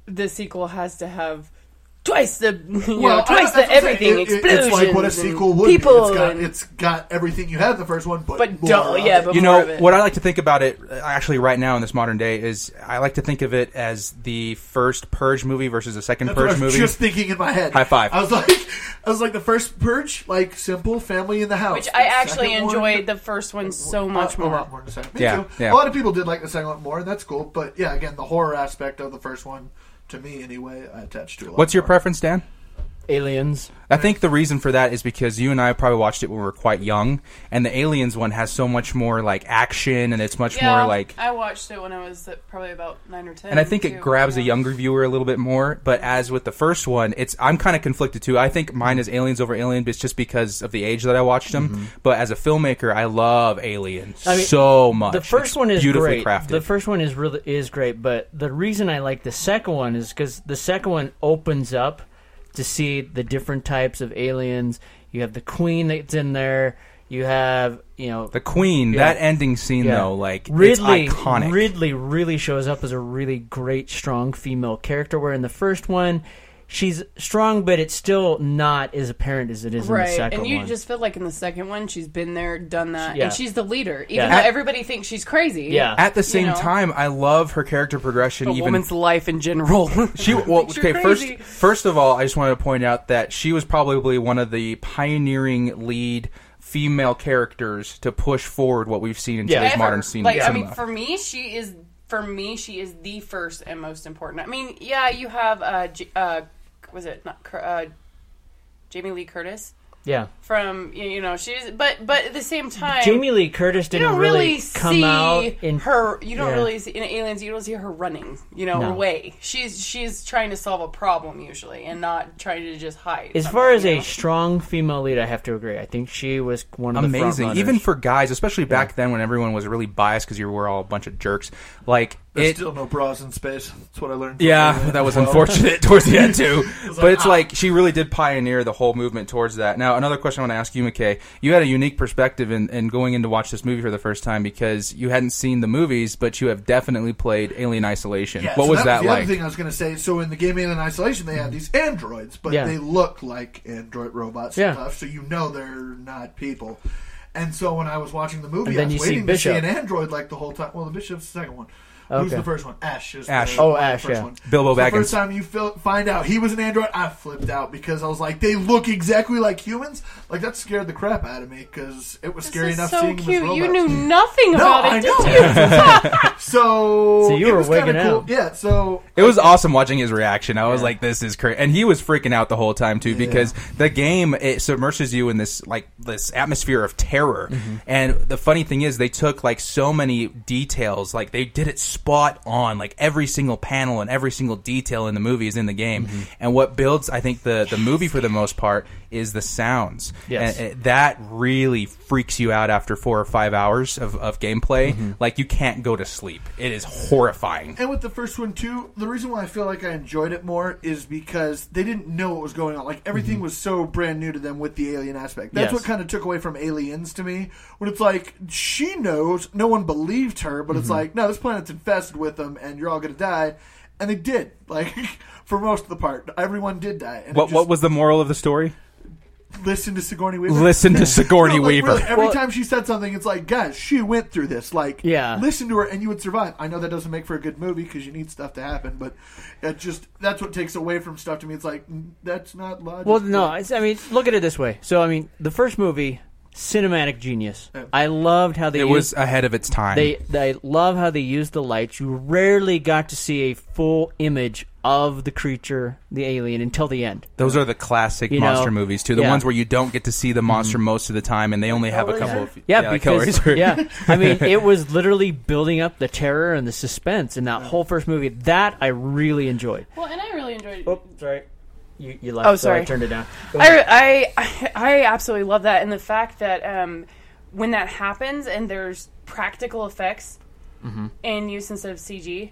S5: the sequel has to have twice the you
S6: Well,
S5: know,
S6: I-
S5: twice
S6: that's
S5: the
S6: what I'm saying.
S5: everything
S6: It- it-
S5: explosions.
S6: It's like what a
S5: and
S6: sequel would be.
S5: people
S6: It's got,
S5: and-
S6: it's got everything you had in the first one, but,
S5: But
S6: more
S5: don't-
S6: of
S5: yeah,
S6: it.
S5: but-
S1: you
S5: more
S1: know
S5: of it.
S1: what I like to think about it uh, actually right now in this modern day is I like to think of it as the first Purge movie versus the second
S6: That's what I
S1: Purge
S6: was
S1: movie.
S6: just thinking in my head.
S1: High five.
S6: I was like, [LAUGHS] I was like the first purge, like simple family in the house.
S5: which
S6: The
S5: I actually
S6: second one-
S5: enjoyed the first one so much
S6: a,
S5: more.
S6: A lot more than the second. Me
S1: Yeah,
S6: too.
S1: yeah.
S6: A lot of people did like the second one more, and that's cool. But yeah, again, the horror aspect of the first one, to me anyway, I attached to a lot.
S1: What's your
S6: more.
S1: preference, Dan?
S4: Aliens.
S1: I think the reason for that is because you and I probably watched it when we were quite young, and the Aliens one has so much more like action, and it's much
S5: Yeah,
S1: more like
S5: I watched it when I was uh, probably about nine or ten.
S1: and I think
S5: too,
S1: it grabs a
S5: yeah.
S1: younger viewer a little bit more. But as with the first one, it's I'm kind of conflicted too. I think mine is Aliens over Alien, but it's just because of the age that I watched them. But as a filmmaker, I love Alien
S4: Mm-hmm. I mean,
S1: so much.
S4: The first
S1: It's
S4: one is
S1: beautifully
S4: great.
S1: crafted.
S4: The first one is really is great, but the reason I like the second one is because the second one opens up to see the different types of aliens. You have the queen that's in there. You have you know
S1: the Queen,
S4: Yeah.
S1: that ending scene
S4: Yeah.
S1: though, like
S4: Ridley.
S1: it's iconic.
S4: Ridley really shows up as a really great, strong female character. Where in the first one, she's strong, but it's still not as apparent as it is in the
S5: Right,
S4: second
S5: and you
S4: one.
S5: just feel like in the second one she's been there, done that,
S4: Yeah.
S5: and she's the leader, even
S4: Yeah.
S5: though
S4: At-
S5: everybody thinks she's crazy.
S4: yeah,
S1: At the same
S5: know.
S1: time, I love her character progression.
S5: a
S1: even
S5: woman's life in general. [LAUGHS]
S1: She well
S5: Makes you
S1: okay first
S5: crazy.
S1: first of all I just wanted to point out that she was probably one of the pioneering lead female characters to push forward what we've seen in
S4: Yeah.
S1: today's
S5: Ever.
S1: modern scene
S5: Like, I
S1: cinema.
S5: mean, for me, she is for me she is the first and most important. I mean, yeah, you have uh, J- uh was it not Cur- uh, Jamie Lee Curtis
S4: yeah.
S5: from you you know she's but but at the same time
S4: Jamie Lee Curtis
S5: you
S4: didn't
S5: don't
S4: really,
S5: really,
S4: come
S5: see
S4: out in
S5: her. You don't
S4: yeah.
S5: really see in Aliens. You don't see her running. You know,
S4: No.
S5: away. She's she's trying to solve a problem usually, and not trying to just hide.
S4: As
S5: something,
S4: far as
S5: you
S4: a
S5: know?
S4: strong female lead, I have to agree. I think she was one of the front
S1: Amazing,
S4: runners.
S1: even for guys, especially back then when everyone was really biased because you were all a bunch of jerks. Like
S6: There's
S1: it,
S6: still no bras in space. That's what I learned. from
S1: Yeah,
S6: Alien
S1: that was
S6: as well.
S1: unfortunate towards the end too. but it's like she really did pioneer the whole movement towards that. Now, another question I want to ask you, McKay. You had a unique perspective in, in going in to watch this movie for the first time because you hadn't seen the movies, but you have definitely played Alien Isolation.
S6: Yeah,
S1: what
S6: so
S1: was that,
S6: the
S1: like?
S6: Other thing I was going to say. So in the game Alien Isolation, they had these androids, but
S4: Yeah.
S6: they look like android robots
S4: Yeah.
S6: and stuff. So you know they're not people. And so when I was watching the movie,
S4: And then
S6: I was
S4: you see
S6: waiting to see
S4: Bishop.
S6: an android like the whole time. Well, the Bishop's the second one. Who's
S4: Okay.
S6: the first one? Ash. Is
S1: Ash.
S6: The,
S4: Oh,
S6: the
S4: Ash,
S6: First
S4: yeah.
S6: One.
S1: Bilbo
S6: The
S1: Baggins.
S6: first time you fil- find out he was an android, I flipped out because I was like, they look exactly like humans. Like that scared the crap out of me because it was scary
S5: this
S6: enough
S5: is so
S6: seeing him as
S5: cute. You
S6: robots.
S5: knew nothing about it,
S6: I
S5: did
S6: know.
S5: you?
S4: [LAUGHS]
S6: So,
S4: So you
S6: it
S4: were
S6: was kinda
S4: wigging
S6: cool.
S4: out.
S6: Yeah. So
S1: It was awesome watching his reaction. I was like, "This is crazy," and he was freaking out the whole time too because the game it submerses you in this like this atmosphere of terror. And the funny thing is, they took like so many details, like they did it spot on, like every single panel and every single detail in the movie is in the game. And what builds, I think, the the movie for the most part is the sounds.
S4: Yes.
S1: And it- that really freaks you out after four or five hours of of gameplay. Like you can't go to sleep. It is horrifying.
S6: And with the first one too, the reason why I feel like I enjoyed it more is because they didn't know what was going on. Like everything
S1: Mhm.
S6: was so brand new to them with the alien aspect. That's
S4: Yes.
S6: what kind of took away from Aliens to me. When it's like she knows, no one believed her, but
S1: Mhm.
S6: it's like no, this planet's infested with them, and you're all gonna die. And they did. [LAUGHS] Like for most of the part, everyone did die. And it
S1: What
S6: just-
S1: what was the moral of the story?
S6: listen to Sigourney Weaver?
S1: Listen to Sigourney
S4: [LAUGHS]
S6: No, like,
S1: Weaver.
S6: really, every
S4: Well-
S6: time she said something, it's like, guys, she went through this. Like,
S4: Yeah.
S6: listen to her, and you would survive. I know that doesn't make for a good movie because you need stuff to happen, but it just that's what takes away from stuff to me. It's like mm, that's not logical.
S4: Well, no, it's, I mean, look at it this way. So, I mean, the first movie, cinematic genius. I loved how they
S1: It
S4: used,
S1: was ahead of its time.
S4: they they love how they used the lights. You rarely got to see a full image of the creature, the alien, until the end.
S1: Those are the classic
S4: You know,
S1: monster movies too. The
S4: yeah. Mm-hmm. Oh,
S1: ones where you don't get to see the monster most of the time, and they only have a couple. of...
S4: Yeah,
S1: like
S4: because
S1: Hellraiser.
S4: yeah, I mean, [LAUGHS] it was literally building up the terror and the suspense in that whole first movie. That I really enjoyed.
S5: Well, and I really enjoyed
S4: Oh, sorry. You, you left,
S5: Oh,
S4: so I
S5: sorry.
S4: turned it down. Go ahead.
S5: I, I I absolutely love that, and the fact that um, when that happens and there's practical effects
S1: Mm-hmm.
S5: in use instead of CG,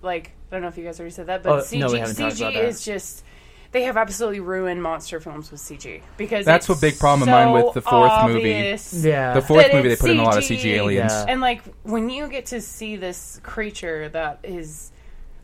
S5: like I don't know if you guys already said that, but
S4: Oh,
S5: CG
S4: no, we haven't talked about
S5: CG
S4: that.
S5: is just they have absolutely ruined monster films with CG because
S1: That's
S5: it's
S1: what big problem of mine
S5: so
S1: with the fourth movie.
S5: obvious.
S4: yeah.
S1: [LAUGHS] the fourth
S5: But
S1: movie they
S5: it's
S1: put in a lot of
S5: CG.
S1: CG aliens.
S4: Yeah.
S5: And like when you get to see this creature that is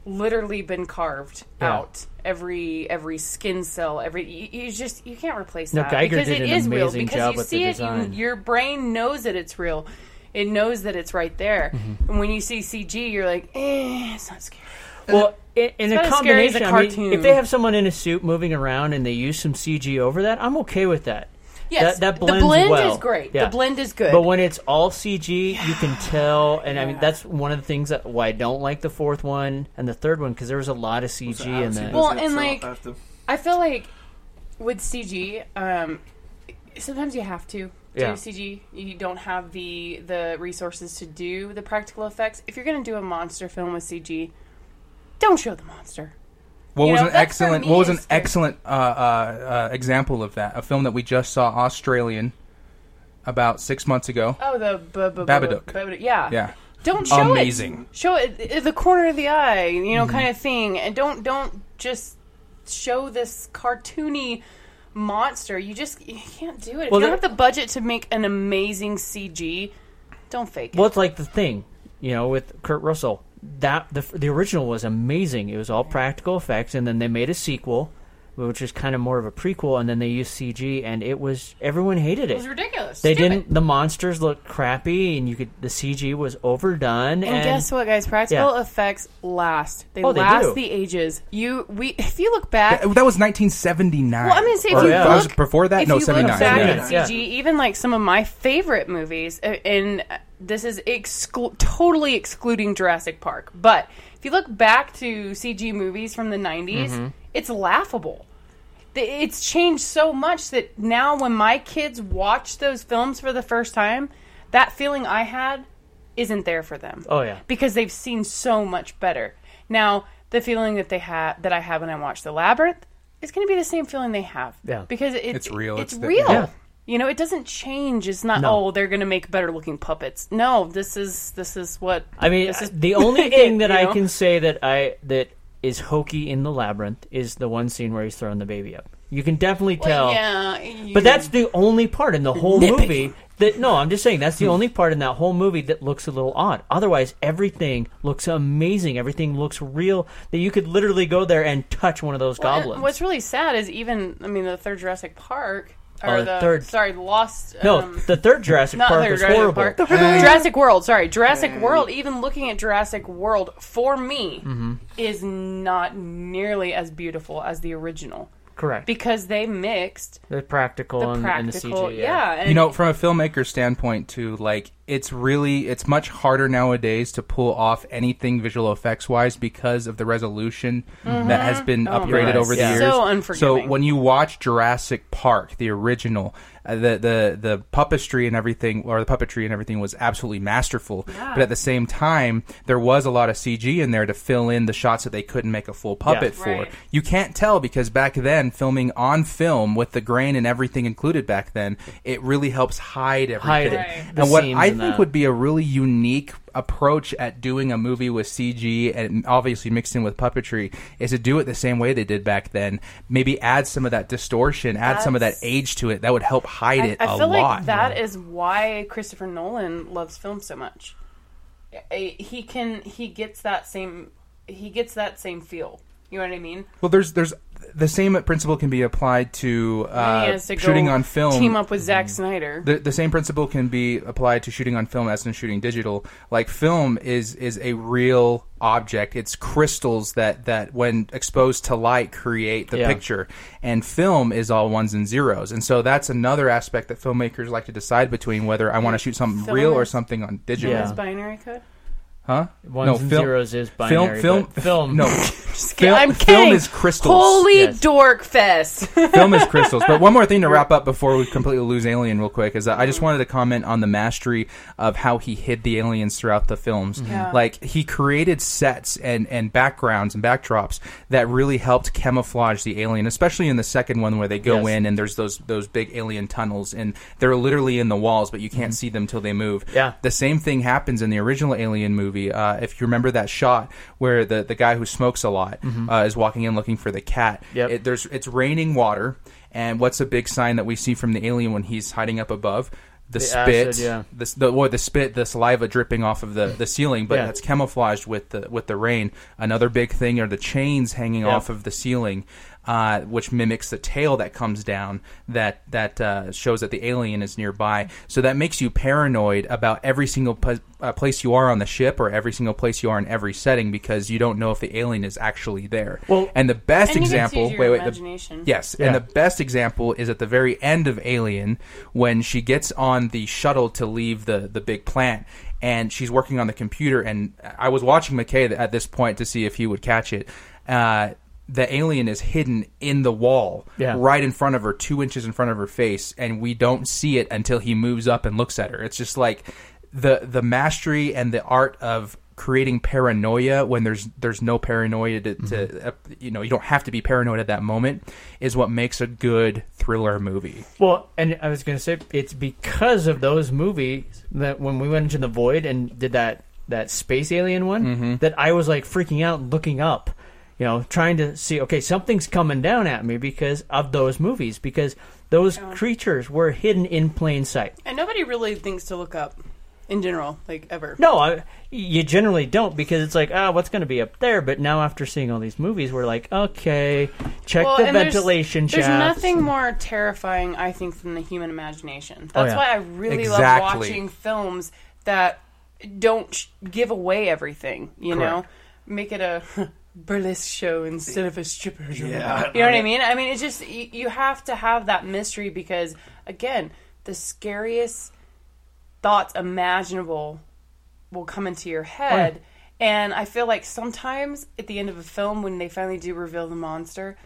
S5: literally been carved
S4: Yeah.
S5: out every every skin cell every you, you just you can't replace
S4: No,
S5: that
S4: Geiger
S5: because
S4: did
S5: it
S4: an
S5: is real
S4: amazing
S5: because
S4: job
S5: you
S4: with the
S5: see it
S4: design.
S5: you, your brain knows that it's real it knows that it's right there
S4: Mm-hmm.
S5: and when you see cg you're like eh, it's not scary
S4: Well, in, in
S5: not
S4: a
S5: as scary as
S4: combination,
S5: a
S4: I mean,
S5: cartoon.
S4: if they have someone in a suit moving around and they use some CG over that, I'm okay with that.
S5: yes
S4: that, that blends
S5: the blend
S4: well.
S5: is great
S4: Yeah.
S5: the blend is good
S4: But when it's all CG, you can tell, and I mean that's one of the things that why I don't like the fourth one and the third one because there was a lot of CG in that.
S5: Well, and, like- I feel like with CG, um, sometimes you have to
S4: Yeah.
S5: do CG. You don't have the the resources to do the practical effects. If you're going to do a monster film with CG, don't show the monster.
S1: What
S5: You
S1: was
S5: know,
S1: an
S5: that's for
S1: excellent?
S5: me
S1: What was an
S5: is-
S1: excellent uh, uh, uh, example of that? A film that we just saw, Australian, about six months ago.
S5: Oh, the b- b-
S1: Babadook.
S5: Babadook. Yeah.
S1: Yeah,
S5: Don't show
S1: Amazing.
S5: it. Show it i- the corner of the eye, you
S4: Mm-hmm.
S5: know, kind of thing. And don't don't just show this cartoony monster. You just you can't do it. If
S4: Well,
S5: you don't have
S4: there-
S5: the budget to make an amazing CG. Don't fake it.
S4: Well, it's like the thing, you know, with Kurt Russell. That the the original was amazing. It was all practical effects, and then they made a sequel, which is kind of more of a prequel, and then they used CG, and it was everyone hated it.
S5: It was ridiculous.
S4: They
S5: Stupid.
S4: didn't. The monsters looked crappy, and you could. The CG was overdone. And,
S5: And, guess what, guys? Practical
S4: Yeah.
S5: effects last. They
S4: Oh, they
S5: last
S4: do.
S5: the ages. You we if you look back.
S1: that was 1979.
S5: well, I'm gonna say if
S4: Or,
S5: you
S4: yeah.
S1: That was
S5: look
S1: before that.
S5: if
S1: No,
S5: you look
S1: 79.
S5: back
S1: yeah.
S5: at CG, even like some of my favorite movies, uh, and uh, this is exclu- totally excluding Jurassic Park. But if you look back to CG movies from the '90s,
S1: Mm-hmm.
S5: it's laughable. Th- It's changed so much that now when my kids watch those films for the first time, that feeling I had isn't there for them
S4: Oh yeah.
S5: because they've seen so much better. Now, the feeling that they have that I had when I watched The Labyrinth is going to be the same feeling they have.
S4: Yeah.
S5: because it,
S1: It's real,
S5: It's,
S1: it's the-
S5: real.
S4: Yeah.
S5: You know, it doesn't change. It's not
S4: No.
S5: oh, they're going to make better looking puppets. No, this is this is what
S4: I mean,
S5: This is-
S4: the
S5: [LAUGHS]
S4: only thing that
S5: you
S4: I
S5: know?
S4: can say that I that is hokey in the labyrinth is the one scene where he's throwing the baby up. You can definitely tell.
S5: Yeah, you-
S4: But that's the only part in
S5: [LAUGHS]
S4: the whole movie that no, I'm just saying that's the only part in that whole movie that looks a little odd. Otherwise, everything looks amazing. Everything looks real that you could literally go there and touch one of those
S5: Well, and
S4: goblins.
S5: What's really sad is even I mean the third Jurassic Park. or
S4: Oh,
S5: the
S4: third-
S5: Sorry, the Lost.
S4: No,
S5: um,
S4: the third Jurassic
S5: not
S4: Park
S5: third
S4: was
S5: Jurassic
S4: horrible.
S5: Park. Jurassic World. Sorry, Jurassic World. Even looking at Jurassic World for me
S1: Mm-hmm.
S5: is not nearly as beautiful as the original
S4: Correct.
S5: because they mixed
S4: the practical,
S5: the
S4: and,
S5: practical.
S4: and the CG.
S5: yeah. and
S1: you know, from a filmmaker standpoint, too, like it's really it's much harder nowadays to pull off anything visual effects wise because of the resolution
S5: Mm-hmm.
S1: that has been upgraded
S4: goodness.
S1: over the
S4: Yeah.
S1: years.
S5: Oh, So unforgiving.
S1: So when you watch Jurassic Park, the original, uh, the the the puppetry and everything, or the puppetry and everything, was absolutely masterful. But at the same time, there was a lot of CG in there to fill in the shots that they couldn't make a full puppet for.
S5: Right.
S1: You can't tell because back then, filming on film with the grain and everything included back then, it really helps hide everything.
S4: Hide it.
S5: Right.
S4: The
S1: And what
S4: seams
S1: I
S4: and
S1: think
S4: that.
S1: would be a really unique approach at doing a movie with CG and obviously mixed in with puppetry is to do it the same way they did back then. Maybe add some of that distortion, add some of that
S5: That's-
S1: age to it. That would help hide
S5: I,
S1: it a
S5: I feel
S1: lot.
S5: like that is why Christopher Nolan loves film so much. I- He can he gets that same he gets that same feel. You know what I mean?
S1: well, there's there's the same principle can be applied to,
S5: And he
S1: uh,
S5: has to go
S1: shooting on film. Mm-hmm.
S5: Team up with Zack Snyder.
S1: the, the same principle can be applied to shooting on film as in shooting digital. Like film is is a real object. It's crystals that that when exposed to light create the
S4: Yeah.
S1: picture. And film is all ones and zeros. And so that's another aspect that filmmakers like to decide between whether I want to shoot something
S5: Film
S1: real or
S5: is-
S1: something on digital.
S4: Yeah.
S5: His binary code.
S1: Huh?
S4: Ones
S1: no,
S4: and
S1: film,
S4: zeros is
S1: film
S4: binary.
S1: film
S4: but film.
S1: [LAUGHS] No.
S4: [LAUGHS]
S5: Yeah,
S1: Fil-
S5: I'm
S1: film
S5: kidding.
S1: is crystals.
S5: Holy
S4: Yes.
S5: dork fest. [LAUGHS]
S1: film is crystals. But one more thing to wrap up before we completely lose Alien, real quick, is that I just wanted to comment on the mastery of how he hid the aliens throughout the films.
S4: Mm-hmm.
S1: Like he created sets and and backgrounds and backdrops that really helped camouflage the alien, especially in the second one where they go
S4: Yes.
S1: in and there's those those big alien tunnels and they're literally in the walls, but you can't see them till they move.
S4: Mm-hmm. Yeah.
S1: The same thing happens in the original Alien movie. Uh, if you remember that shot where the, the guy who smokes a lot uh, is walking in looking for the cat,
S4: Mm-hmm. Yep.
S1: it, there's it's raining water, and what's a big sign that we see from the alien when he's hiding up above? The, spit,
S4: acid, yeah.
S1: the, s- the or the spit, the saliva dripping off of the, the ceiling, but
S4: Yeah.
S1: that's camouflaged with the with the rain. Another big thing are the chains hanging
S4: Yeah.
S1: off of the ceiling, uh, which mimics the tail that comes down that that uh, shows that the alien is nearby. So that makes you paranoid about every single pu- uh, place you are on the ship or every single place you are in every setting because you don't know if the alien is actually there.
S4: Well-
S1: and the best
S5: And you can
S1: example,
S5: use your
S1: wait, wait,
S5: imagination.
S1: The, yes,
S4: Yeah.
S1: and the best example is at the very end of Alien when she gets on the shuttle to leave the the big plant and she's working on the computer and I was watching McKay at this point to see if he would catch it. Uh, the alien is hidden in the wall,
S4: Yeah.
S1: right in front of her, two inches in front of her face, and we don't see it until he moves up and looks at her. It's just like the the mastery and the art of creating paranoia when there's there's no paranoia to,
S4: Mm-hmm.
S1: to uh, you know you don't have to be paranoid at that moment is what makes a good thriller movie.
S4: Well, and I was going to say it's because of those movies that when we went into the void and did that that space alien one that I was like freaking out, looking up, you know, trying to see okay something's coming down at me because of those movies because those creatures were hidden in plain sight.
S5: and nobody really thinks to look up in general, like ever.
S4: No, I, you generally don't because it's like ah, what's going to be up there? But now after seeing all these movies, we're like okay, check
S5: Well,
S4: the
S5: and there's-
S4: ventilation
S5: There's,
S4: shafts.
S5: nothing more terrifying, I think, than the human imagination. That's
S4: yeah.
S5: why I really love
S1: Exactly.
S5: watching films that don't sh- give away everything. You know, make it a [LAUGHS] burlesque show instead of a stripper. show.
S6: Yeah.
S5: you know what I mean. I mean, it's just you, you have to have that mystery because, again, the scariest thoughts imaginable will come into
S1: Oh,
S5: your head. And I feel like sometimes at the end of a film, when they finally do reveal the monster,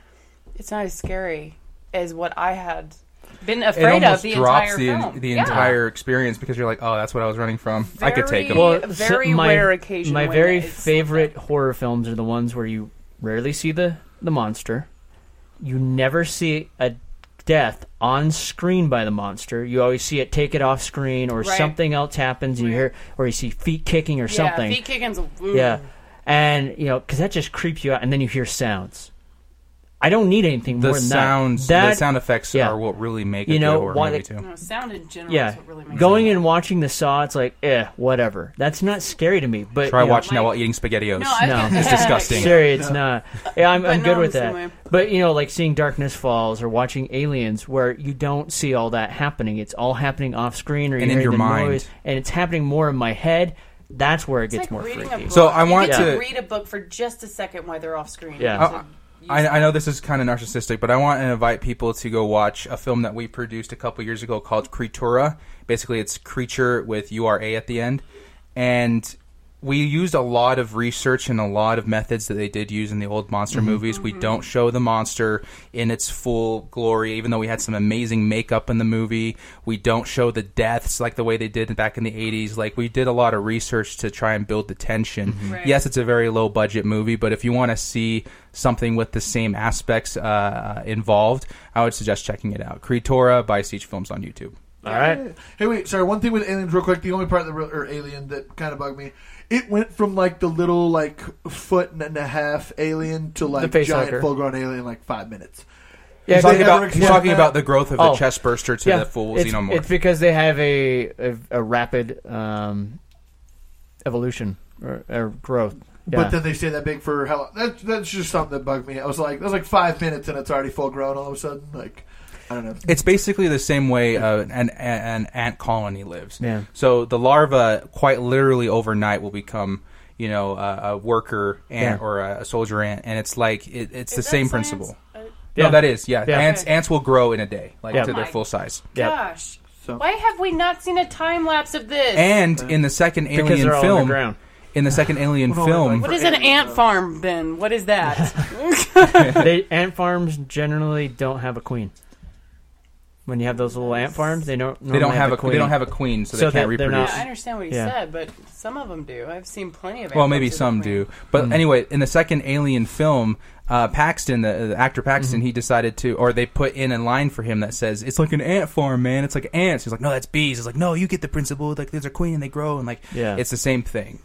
S5: it's not as scary as what I had been afraid of
S1: it almost
S5: the
S1: drops
S5: entire
S1: the
S5: film.
S1: the
S5: Yeah.
S1: entire experience because you're like oh that's what I was running from. I could take him.
S5: Very-
S4: Well,
S5: a
S4: so-
S5: very
S4: my,
S5: rare occasion
S4: My
S5: when
S4: very
S5: it's like
S4: favorite horror films are the ones where you rarely see the the monster. You never see a death on screen by the monster. You always see it take it off screen, or
S5: Right.
S4: something else happens. And you hear, or you see feet kicking, or something.
S5: Yeah, feet kicking's a
S4: Yeah, and you know, because that just creeps you out, and then you hear sounds. I don't need anything
S1: The
S4: more than
S1: sounds,
S4: that.
S1: the
S4: That-
S1: sound effects
S4: yeah.
S1: are what really make
S4: You
S1: a
S4: know,
S1: good horror
S4: why
S1: movie
S4: the-
S1: too.
S5: No, sound in general
S4: Yeah,
S5: is what really makes
S4: going
S5: it.
S4: and watching the Saw, it's like, eh, whatever. That's not scary to me. But
S1: Try
S4: you know,
S1: watching that
S5: like-
S1: while eating Spaghettios.
S5: No, I was
S4: No.
S5: gonna say
S1: It's
S5: that.
S1: disgusting.
S4: Sorry, it's not. Yeah, I'm, I'm
S5: But
S4: good
S5: no,
S4: with
S5: I'm the
S4: that.
S5: same way.
S4: But you know, like seeing Darkness Falls or watching Aliens, where you don't see all that happening. It's all happening off screen or
S1: in
S4: you're hearing
S1: your
S4: the
S1: mind.
S4: noise, and it's happening more in my head. That's where it
S5: It's
S4: gets
S5: like
S4: more
S5: reading a
S4: freaky.
S5: book.
S1: So I
S5: You
S1: want
S5: get
S1: to-
S5: read a book for just a second while they're off screen.
S4: Yeah. Uh-huh.
S5: So you-
S1: Uh, I, I know this is kind of narcissistic, but I want to invite people to go watch a film that we produced a couple years ago called Creatura. Basically, it's creature with U R A at the end, and we used a lot of research and a lot of methods that they did use in the old monster movies. We don't show the monster in its full glory, even though we had some amazing makeup in the movie. We don't show the deaths like the way they did back in the '80s. Like we did a lot of research to try and build the tension.
S5: Right.
S1: Yes, it's a very low budget movie, but if you want to see something with the same aspects uh, involved, I would suggest checking it out. Creatora by Siege Films on YouTube.
S4: all right,
S6: Hey, wait, sorry. One thing with aliens, real quick. The only part that re- or alien that kind of bugged me, it went from like the little like foot and a half alien to like
S4: face
S6: giant
S4: hugger.
S6: full grown alien in, like five minutes.
S4: yeah,
S1: He's talking
S6: they never
S1: about he's
S6: explained
S1: talking
S6: that.
S1: about the growth of
S4: Oh.
S1: the chest burster to the full
S4: it's,
S1: xenomorph.
S4: it's because they have a a, a rapid um, evolution or, or growth. Yeah.
S6: But then they stay that big for how long? That, that's just something that bugged me. I was like, that was like five minutes and it's already full grown all of a sudden. Like, I don't know.
S1: It's basically the same way uh, an, an ant colony lives.
S4: Yeah.
S1: So the larva, quite literally overnight, will become, you know, a, a worker ant
S4: Yeah.
S1: or a, a soldier ant, and it's like it, it's the
S5: Is that
S1: same
S5: science?
S1: principle.
S5: Uh,
S4: Yeah.
S1: No, that is yeah.
S4: Yeah.
S1: Ants ants will grow in a day, like
S4: Yeah.
S1: to their
S5: My-
S1: full size.
S4: Yep.
S5: Gosh.
S6: So-
S5: Why have we not seen a time lapse of this?
S1: And in the
S4: Uh,
S1: second
S4: because
S1: Alien
S4: they're all
S1: film,
S4: underground.
S1: in
S4: [SIGHS]
S1: the second Alien
S6: Well, no,
S1: film,
S6: like-
S5: what is an ant farm then? What is
S4: [LAUGHS]
S5: that?
S4: they ant farms generally don't have a queen. When you have those little ant farms, they don't.
S1: they don't have, a
S4: queen.
S1: they don't have a queen,
S4: So
S1: so, they can't
S4: they're- they're
S1: reproduce.
S4: not-
S5: I understand what he
S4: Yeah.
S5: said, but some of them do. I've seen plenty of. ant
S1: well, maybe
S5: farms in
S1: some
S5: between. [LAUGHS]
S1: do, but
S4: Hmm.
S1: anyway, in the second Alien film, uh, Paxton, the, the actor Paxton,
S4: Hmm.
S1: he decided to, or they put in a line for him that says, "It's like an ant farm, man. It's like ants." He's like, "No, that's bees." He's like, "No, you get the principle. Like, there's a queen and they grow, and like,
S4: Yeah.
S1: it's the same thing."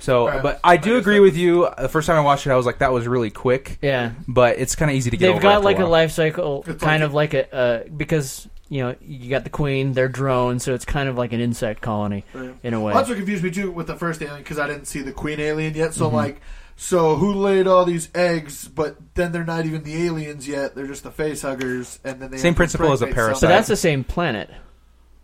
S1: So, but I do agree with you. The first time I watched it, I was like, "That was really quick."
S4: Yeah.
S1: But it's kind of easy to get.
S4: They've
S1: over
S4: got
S1: after
S4: like a
S1: while.
S4: life cycle,
S6: It's
S4: kind
S6: like-
S4: of like a uh, because you know you got the queen, they're drones, so it's kind of like an insect colony in a way.
S6: Well, that's what confused me too with the first alien because I didn't see the queen alien yet.
S1: Mm-hmm.
S6: So I'm like, so who laid all these eggs? But then they're not even the aliens yet. They're just the face huggers, and then they
S1: Same
S6: have to
S1: principle as a
S6: impregnate
S1: parasite.
S4: so
S6: something.
S4: that's the same planet.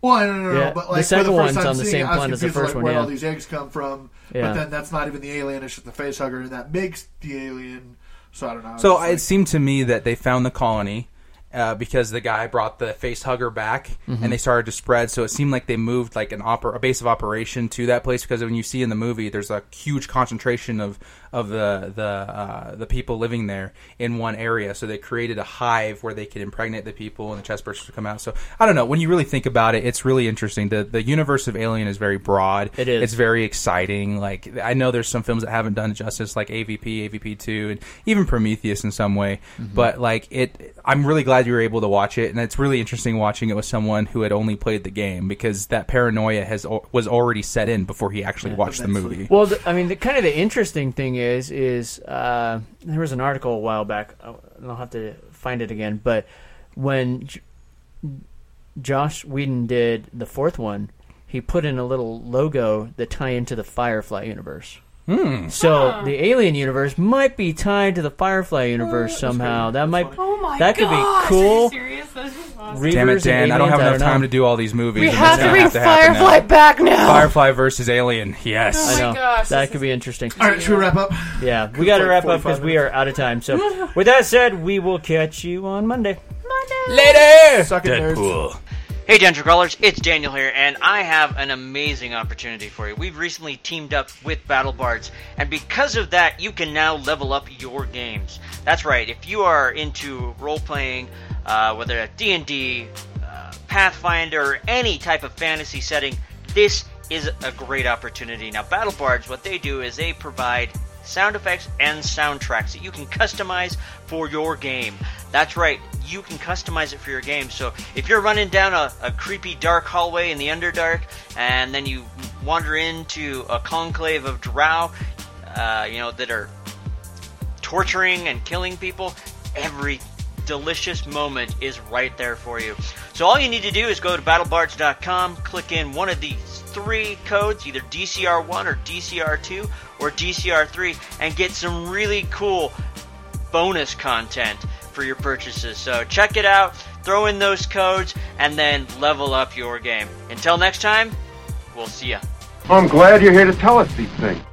S6: Well, I don't know,
S4: Yeah,
S6: but
S4: the
S6: like
S4: second
S6: for the first
S4: one's
S6: time
S4: on the
S6: seeing
S4: same
S6: it, I was
S4: planet as the
S6: confused, like,
S4: first one,
S6: Where
S4: yeah.
S6: all these eggs come from?
S4: Yeah.
S6: But then that's not even the alien; it's just the face hugger, and that makes the alien. So I don't know.
S1: So
S6: it's
S1: it seemed to me that they found the colony uh, because the guy brought the face hugger back,
S4: Mm-hmm.
S1: and they started to spread. So it seemed like they moved like an oper- a base of operation to that place because when you see in the movie, there's a huge concentration of of the the uh, the people living there in one area. So they created a hive where they could impregnate the people, and the chest bursters come out. So I don't know. When you really think about it, it's really interesting. the The universe of Alien is very broad.
S4: It is.
S1: It's very exciting. Like I know there's some films that haven't done it justice, like AVP, AVP two, and even Prometheus in some way.
S4: Mm-hmm.
S1: But like it, I'm really glad you were able to watch it, and it's really interesting watching it with someone who had only played the game because that paranoia has al- was already set in before he actually watched the movie.
S4: Well, the, I mean, the kind of the interesting thing is, is uh, there was an article a while back, uh, and I'll have to find it again. But when J- Josh Whedon did the fourth one, he put in a little logo that tie into the Firefly universe.
S1: Hmm.
S4: So the Alien universe might be tied to the Firefly universe somehow. That might
S5: Oh my
S4: that could
S5: gosh,
S4: be cool.
S5: Are you serious? That's just awesome.
S4: Reavers
S1: Damn it,
S4: and
S1: Dan! I don't
S4: aliens,
S1: have enough time
S4: know.
S1: to do all these movies.
S5: We
S1: and
S5: have
S1: that's
S5: to
S1: gonna
S5: bring
S1: happen now.
S5: Firefly back now.
S1: Firefly versus Alien. Yes.
S5: Oh my
S4: I know.
S5: gosh,
S4: that
S5: this
S4: could
S5: is-
S4: be interesting.
S6: all right. Should we wrap up?
S4: Yeah, we got to
S6: like
S4: wrap up
S6: 45
S4: because we are out of time. So, with that said, we will catch you on Monday.
S1: Later.
S6: Suck it, nerds.
S1: Deadpool.
S7: Hey, Dungeon Crawlers, it's Daniel here, and I have an amazing opportunity for you. We've recently teamed up with Battle Bards, and because of that, you can now level up your games. That's right, if you are into role-playing, uh, whether at D&D, uh, Pathfinder, or any type of fantasy setting, this is a great opportunity. Now, Battle Bards, what they do is they provide sound effects and soundtracks that you can customize for your game. That's right, you can customize it for your game. So if you're running down a, a creepy dark hallway in the Underdark and then you wander into a conclave of drow, uh, you know, that are torturing and killing people,
S4: every delicious moment is right there for you. So all you need to do is go to battlebards.com, click in one of these three codes, either DCR1 or DCR2 or DCR3, and get some really cool bonus content for your purchases. So check it out, throw in those codes, and then level up your game. Until next time, we'll see ya.
S8: I'm glad you're here to tell us these things.